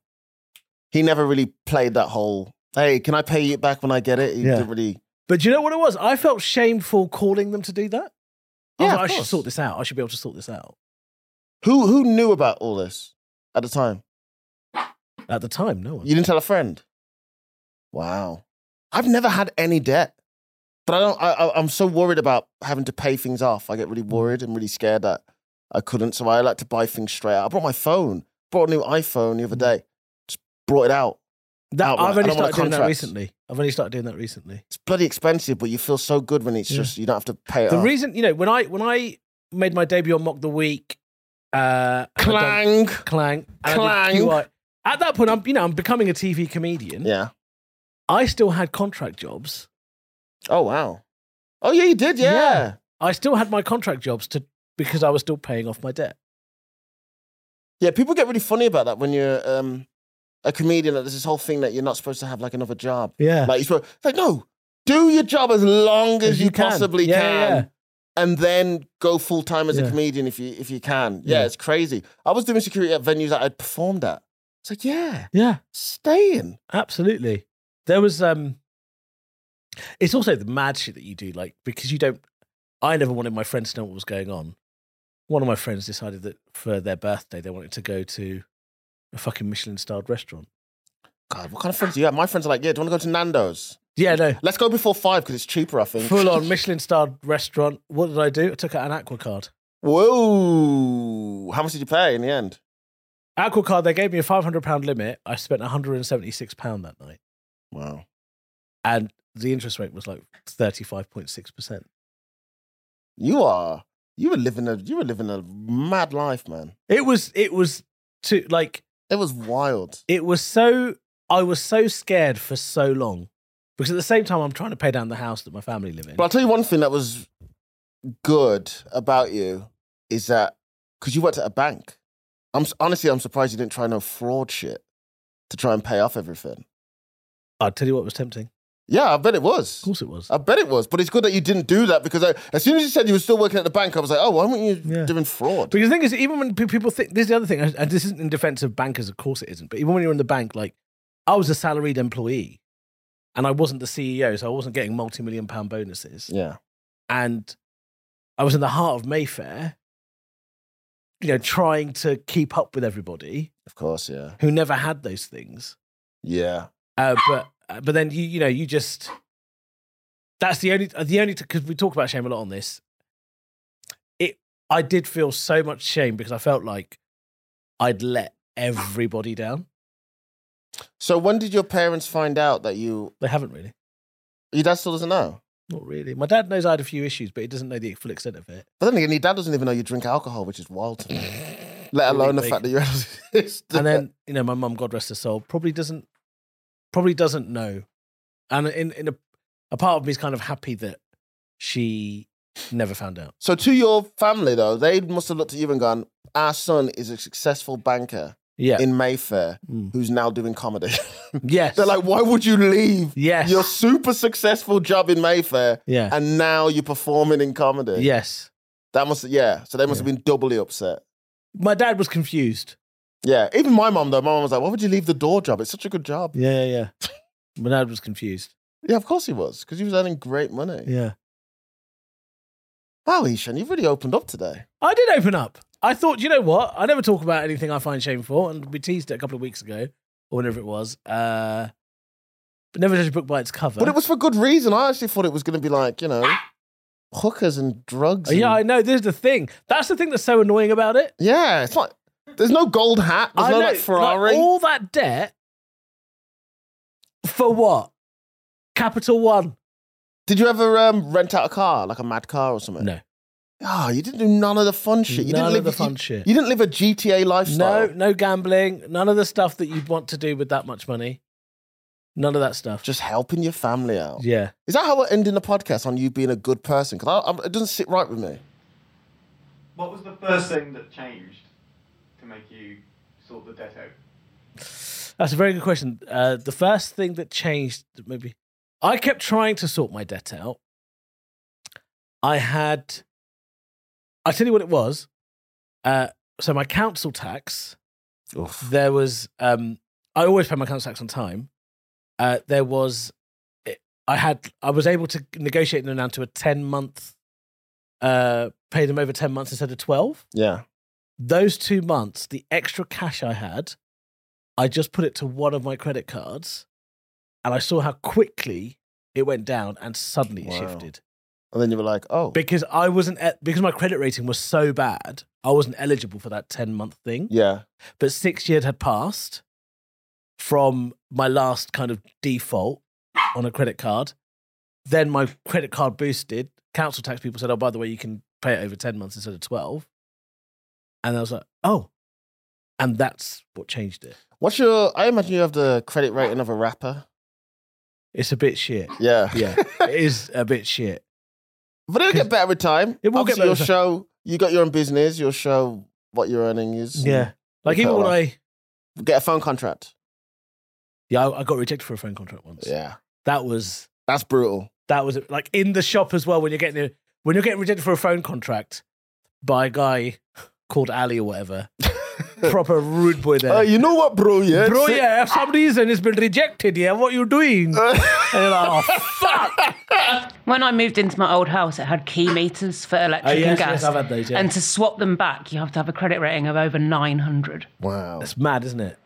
[SPEAKER 2] He never really played that whole, hey, can I pay you back when I get it? He
[SPEAKER 3] Yeah.
[SPEAKER 2] didn't really.
[SPEAKER 3] But do you know what it was? I felt shameful calling them to do that. I, was
[SPEAKER 2] Yeah,
[SPEAKER 3] like,
[SPEAKER 2] of
[SPEAKER 3] I should
[SPEAKER 2] course.
[SPEAKER 3] sort this out. I should be able to sort this out
[SPEAKER 2] Who, who knew about all this at the time?
[SPEAKER 3] at the time. No one.
[SPEAKER 2] You didn't tell a friend? Wow. I've never had any debt. But I don't, I, I, I'm so worried about having to pay things off. I get
[SPEAKER 3] Mm.
[SPEAKER 2] really worried and really scared that I couldn't. So I like to buy things straight out. I brought my phone, brought a new iPhone the other
[SPEAKER 3] Mm.
[SPEAKER 2] day, just brought it out.
[SPEAKER 3] That,
[SPEAKER 2] Outright.
[SPEAKER 3] I've only
[SPEAKER 2] I don't want
[SPEAKER 3] started doing that
[SPEAKER 2] contracts.
[SPEAKER 3] recently. I've only started doing that recently.
[SPEAKER 2] It's bloody expensive, but you feel so good when it's
[SPEAKER 3] Yeah.
[SPEAKER 2] just, you don't have to pay it
[SPEAKER 3] The
[SPEAKER 2] off.
[SPEAKER 3] reason, you know, when I when I made my debut on Mock the Week, uh, and I
[SPEAKER 2] Clang.
[SPEAKER 3] done- clang, and I
[SPEAKER 2] Clang.
[SPEAKER 3] did QI. At that point, I'm you know I'm becoming a TV comedian.
[SPEAKER 2] Yeah.
[SPEAKER 3] I still had contract jobs.
[SPEAKER 2] Oh wow. Oh yeah, you did. Yeah.
[SPEAKER 3] Yeah. I still had my contract jobs to because I was still paying off my debt.
[SPEAKER 2] Yeah, People get really funny about that when you're um, a comedian. That there's this whole thing that you're not supposed to have like another job.
[SPEAKER 3] Yeah,
[SPEAKER 2] Like you're supposed, it's like no, do your job as long as, you, possibly
[SPEAKER 3] Yeah,
[SPEAKER 2] can,
[SPEAKER 3] yeah,
[SPEAKER 2] and then go full time as
[SPEAKER 3] Yeah.
[SPEAKER 2] a comedian if you if you can. Yeah,
[SPEAKER 3] Yeah.
[SPEAKER 2] it's crazy. I was doing security at venues that I'd performed at. It's like yeah,
[SPEAKER 3] yeah.
[SPEAKER 2] staying.
[SPEAKER 3] Absolutely. There was um it's also the mad shit that you do, like because you don't I never wanted my friends to know what was going on. One of my friends decided that for their birthday they wanted to go to a fucking Michelin starred restaurant.
[SPEAKER 2] God, what kind of friends do you have? My friends are like, yeah, do you want to go to Nando's?
[SPEAKER 3] Yeah, no.
[SPEAKER 2] Let's go before five because it's cheaper, I think.
[SPEAKER 3] Full on Michelin starred restaurant. What did I do? I took out an aqua card.
[SPEAKER 2] Whoa, how much did you pay in the end?
[SPEAKER 3] Aqua card, they gave me a five hundred pound limit. I spent hundred and seventy six pound that night.
[SPEAKER 2] Wow.
[SPEAKER 3] And the interest rate was like thirty five point six percent.
[SPEAKER 2] You are. You were living a. You were living a mad life, man.
[SPEAKER 3] It was it was to like
[SPEAKER 2] It was wild.
[SPEAKER 3] it was so I was so scared for so long because at the same time I'm trying to pay down the house that my family live in.
[SPEAKER 2] But I'll tell you one thing that was good about you is that because you worked at a bank. I'm s- honestly, I'm surprised you didn't try no fraud shit to try and pay off everything.
[SPEAKER 3] I'll tell you what was tempting.
[SPEAKER 2] Yeah, I bet it
[SPEAKER 3] Of
[SPEAKER 2] was.
[SPEAKER 3] course it was.
[SPEAKER 2] I bet it was. But it's good that you didn't do that because I, as soon as you said you were still working at the bank, I was like, oh, why weren't you
[SPEAKER 3] Yeah.
[SPEAKER 2] doing fraud?
[SPEAKER 3] Because the thing is, even when pe- people think this is the other thing, and and this isn't in defense of bankers, of course it isn't. But even when you're in the bank, like I was a salaried employee, E and I wasn't the CEO, so I wasn't getting multi-million pound bonuses.
[SPEAKER 2] yeah.
[SPEAKER 3] and I was in the heart of Mayfair, you know, trying to keep up with everybody
[SPEAKER 2] Of course, yeah.
[SPEAKER 3] who never had those things.
[SPEAKER 2] Yeah.
[SPEAKER 3] Uh, but uh, but then you you know you just that's the only the only because we talk about shame a lot on this. It I did feel so much shame because I felt like I'd let everybody down.
[SPEAKER 2] So when did your parents find out that you
[SPEAKER 3] They haven't really,
[SPEAKER 2] your dad still doesn't know?
[SPEAKER 3] not really. My dad knows I had a few issues, but he doesn't know the full extent of it.
[SPEAKER 2] But then again, your dad doesn't even know you drink alcohol, which is wild to me. Let alone the
[SPEAKER 3] Really
[SPEAKER 2] fact that you're
[SPEAKER 3] and then you know my mum god rest her soul probably doesn't probably doesn't know and in in a, a part of me is kind of happy that she never found out
[SPEAKER 2] So to your family though, they must have looked at you and gone, Our son is a successful banker
[SPEAKER 3] yeah
[SPEAKER 2] in Mayfair
[SPEAKER 3] Mm.
[SPEAKER 2] who's now doing comedy.
[SPEAKER 3] yes
[SPEAKER 2] They're like, Why would you leave
[SPEAKER 3] yes
[SPEAKER 2] your super successful job in Mayfair
[SPEAKER 3] yeah
[SPEAKER 2] and now you're performing in comedy?
[SPEAKER 3] yes
[SPEAKER 2] That must yeah. So they must
[SPEAKER 3] Yeah.
[SPEAKER 2] have been doubly upset.
[SPEAKER 3] my dad was confused
[SPEAKER 2] Yeah. Even my mom though, my mom was like, Why would you leave the door job? It's such a good job.
[SPEAKER 3] yeah yeah yeah my dad was confused
[SPEAKER 2] Yeah, of course he was, because he was earning great money.
[SPEAKER 3] yeah
[SPEAKER 2] Wow, Ishan, you've really opened up today.
[SPEAKER 3] i did open up i thought you know what i never talk about anything i find shameful and we teased it a couple of weeks ago or whenever it was uh but never judge a book by its cover
[SPEAKER 2] But it was for good reason. I actually thought it was going to be like, you know, hookers and drugs.
[SPEAKER 3] Uh, Yeah, I
[SPEAKER 2] and-
[SPEAKER 3] know. This is the thing. That's the thing that's so annoying about it.
[SPEAKER 2] yeah. It's like there's no gold hat. There's
[SPEAKER 3] I
[SPEAKER 2] no
[SPEAKER 3] know,
[SPEAKER 2] like Ferrari.
[SPEAKER 3] all that debt for what? Capital One.
[SPEAKER 2] Did you ever um, rent out a car, like a mad car or something?
[SPEAKER 3] No,
[SPEAKER 2] Oh, you didn't do none of the fun shit. You
[SPEAKER 3] none
[SPEAKER 2] didn't
[SPEAKER 3] of
[SPEAKER 2] live
[SPEAKER 3] the
[SPEAKER 2] you-
[SPEAKER 3] fun shit.
[SPEAKER 2] You didn't live a GTA lifestyle.
[SPEAKER 3] no, no gambling. None of the stuff that you'd want to do with that much money. None of that stuff.
[SPEAKER 2] Just helping your family out.
[SPEAKER 3] yeah.
[SPEAKER 2] Is that how we're ending the podcast on you being a good person? Because I, I, it doesn't sit right with me.
[SPEAKER 4] What was the first thing that changed to make you sort the debt out?
[SPEAKER 3] That's a very good question. Uh, the first thing that changed, maybe, I kept trying to sort my debt out. I had, I tell you what it was. Uh, so my council tax, there was, um, I always pay my council tax on time. Uh, there was, eh, I had, I was able to negotiate them down to a ten month, uh, pay them over ten months instead of twelve
[SPEAKER 2] Yeah.
[SPEAKER 3] those two months, the extra cash I had, I just put it to one of my credit cards and I saw how quickly it went down and suddenly it
[SPEAKER 2] Wow.
[SPEAKER 3] shifted.
[SPEAKER 2] And then you were like, oh.
[SPEAKER 3] Because I wasn't, e- because my credit rating was so bad, I wasn't eligible for that 10 month thing.
[SPEAKER 2] yeah.
[SPEAKER 3] But six years had passed from my last kind of default on a credit card. Then my credit card boosted. Council tax people said, oh, by the way, you can pay it over 10 months instead of 12. And I was like, oh. And that's what changed it.
[SPEAKER 2] What's your? I imagine you have the credit rating of a rapper.
[SPEAKER 3] It's a bit shit.
[SPEAKER 2] Yeah.
[SPEAKER 3] Yeah, it is a bit shit.
[SPEAKER 2] But it'll get better with time.
[SPEAKER 3] It will
[SPEAKER 2] Obviously,
[SPEAKER 3] get better
[SPEAKER 2] Your
[SPEAKER 3] with time.
[SPEAKER 2] show, you got your own business. Your show, what your earning is.
[SPEAKER 3] Yeah. Like, even when I,
[SPEAKER 2] Get a phone contract.
[SPEAKER 3] yeah, I I got rejected for a phone contract once.
[SPEAKER 2] Yeah,
[SPEAKER 3] That was
[SPEAKER 2] that's brutal.
[SPEAKER 3] That was like in the shop as well when you're getting a, when you're getting rejected for a phone contract by a guy called Ali or whatever. Proper rude boy there.
[SPEAKER 2] Uh, you know what, bro? Yeah,
[SPEAKER 3] Bro,
[SPEAKER 2] it's-
[SPEAKER 3] yeah, for some reason it's been rejected. Yeah, what you doing? and you're like, oh, fuck.
[SPEAKER 7] When I moved into my old house, it had key meters for electric
[SPEAKER 3] Oh, yes,
[SPEAKER 7] and
[SPEAKER 3] yes,
[SPEAKER 7] gas.
[SPEAKER 3] I've had those, yeah.
[SPEAKER 7] And to swap them back, you have to have a credit rating of over 900.
[SPEAKER 2] Wow.
[SPEAKER 3] It's mad, isn't it?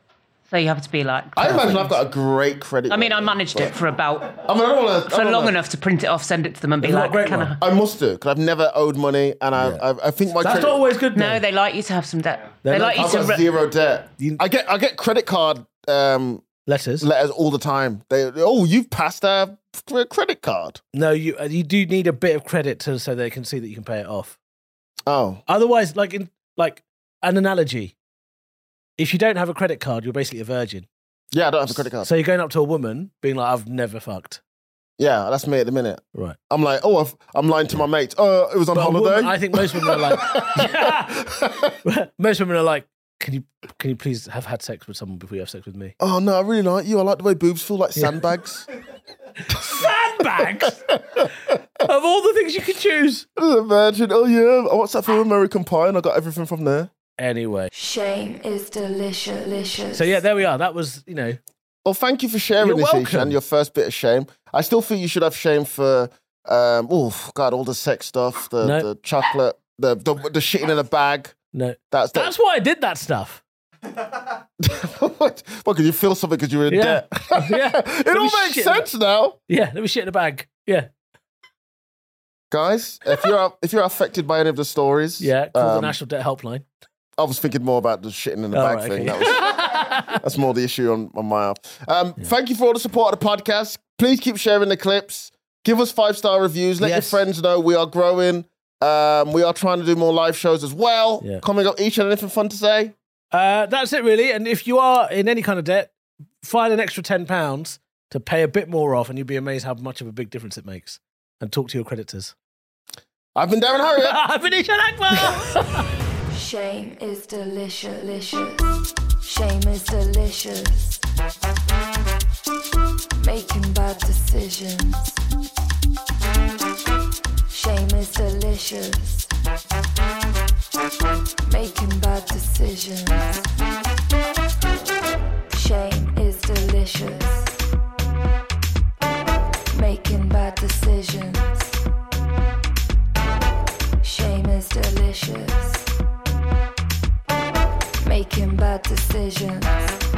[SPEAKER 7] So you have to be like.
[SPEAKER 2] I imagine I've got a great credit.
[SPEAKER 7] I mean, I
[SPEAKER 2] rating,
[SPEAKER 7] managed
[SPEAKER 2] but-
[SPEAKER 7] it for about
[SPEAKER 2] I mean, I don't want to.
[SPEAKER 7] for long enough to print it off, send it to them, and be
[SPEAKER 3] Isn't that
[SPEAKER 7] like,
[SPEAKER 3] a great
[SPEAKER 7] "Can
[SPEAKER 3] one?
[SPEAKER 7] I?"
[SPEAKER 2] I must do because I've never owed money, and I,
[SPEAKER 3] Yeah.
[SPEAKER 2] I, I think my
[SPEAKER 3] That's
[SPEAKER 2] credit.
[SPEAKER 3] not always good.
[SPEAKER 7] No,
[SPEAKER 3] though.
[SPEAKER 7] they like you to have some debt.
[SPEAKER 3] They're
[SPEAKER 7] They
[SPEAKER 3] not-
[SPEAKER 7] like you
[SPEAKER 2] I've
[SPEAKER 7] to.
[SPEAKER 2] got
[SPEAKER 7] Re-
[SPEAKER 2] zero debt.
[SPEAKER 3] You-
[SPEAKER 2] I get I get credit card um,
[SPEAKER 3] letters.
[SPEAKER 2] letters all the time. They oh you've passed our f- credit card.
[SPEAKER 3] no, you uh, you do need a bit of credit to so they can see that you can pay it off.
[SPEAKER 2] Oh
[SPEAKER 3] Otherwise, like in like an analogy, if you don't have a credit card, you're basically a virgin.
[SPEAKER 2] yeah, I don't have a credit card.
[SPEAKER 3] So you're going up to a woman being like, I've never fucked.
[SPEAKER 2] Yeah, that's me at the minute.
[SPEAKER 3] Right.
[SPEAKER 2] I'm like, oh, I've, I'm lying to my mates. Uh, it was on
[SPEAKER 3] But a
[SPEAKER 2] holiday.
[SPEAKER 3] woman- I think most women are like, most women are like, can you can you please have had sex with someone before you have sex with me?
[SPEAKER 2] oh no, I really like you. I like the way boobs feel like sandbags.
[SPEAKER 3] Sandbags of all the things you could choose.
[SPEAKER 2] Imagine, oh yeah, I watched that film American Pie, and I got everything from there.
[SPEAKER 3] Anyway,
[SPEAKER 1] Shame is delicious. delicious.
[SPEAKER 3] so yeah, there we are. That was you know
[SPEAKER 2] Well, thank you for sharing
[SPEAKER 3] You're
[SPEAKER 2] this,
[SPEAKER 3] welcome.
[SPEAKER 2] Ishan, your first bit of shame. I still think you should have shame for Um, oh God, all the sex stuff, the,
[SPEAKER 3] No.
[SPEAKER 2] the chocolate, the, the the shitting in a bag.
[SPEAKER 3] No,
[SPEAKER 2] That's
[SPEAKER 3] that's why I did that stuff.
[SPEAKER 2] what? Because you feel something because you were in
[SPEAKER 3] Yeah.
[SPEAKER 2] debt.
[SPEAKER 3] Yeah.
[SPEAKER 2] it all
[SPEAKER 3] was
[SPEAKER 2] makes
[SPEAKER 3] shit.
[SPEAKER 2] sense now,
[SPEAKER 3] Yeah, let me shit in a bag. Yeah,
[SPEAKER 2] guys. If you're if you're affected by any of the stories,
[SPEAKER 3] yeah. Call the
[SPEAKER 2] um,
[SPEAKER 3] National Debt Helpline.
[SPEAKER 2] I was thinking more about the shitting in the
[SPEAKER 3] Oh,
[SPEAKER 2] bag
[SPEAKER 3] right,
[SPEAKER 2] thing.
[SPEAKER 3] okay.
[SPEAKER 2] That was That's more the issue on, on my app. Um, Thank you for all the support of the podcast. Please keep sharing the clips. Give us five star reviews. Let
[SPEAKER 3] Yes.
[SPEAKER 2] your friends know we are growing. Um, we are trying to do more live shows as well.
[SPEAKER 3] Yeah.
[SPEAKER 2] Coming up, each and anything fun to say?
[SPEAKER 3] Uh, that's it, really. And if you are in any kind of debt, find an extra ten pounds to pay a bit more off, and you'll be amazed how much of a big difference it makes. And talk to your creditors.
[SPEAKER 2] I've been Darren Harriet.
[SPEAKER 3] I've been Ishan Akbar.
[SPEAKER 1] Shame is delicious. delicious. Shame is delicious. Making bad decisions. Shame is delicious. Making bad decisions. Shame is delicious. Making bad decisions. Shame is delicious making bad decisions.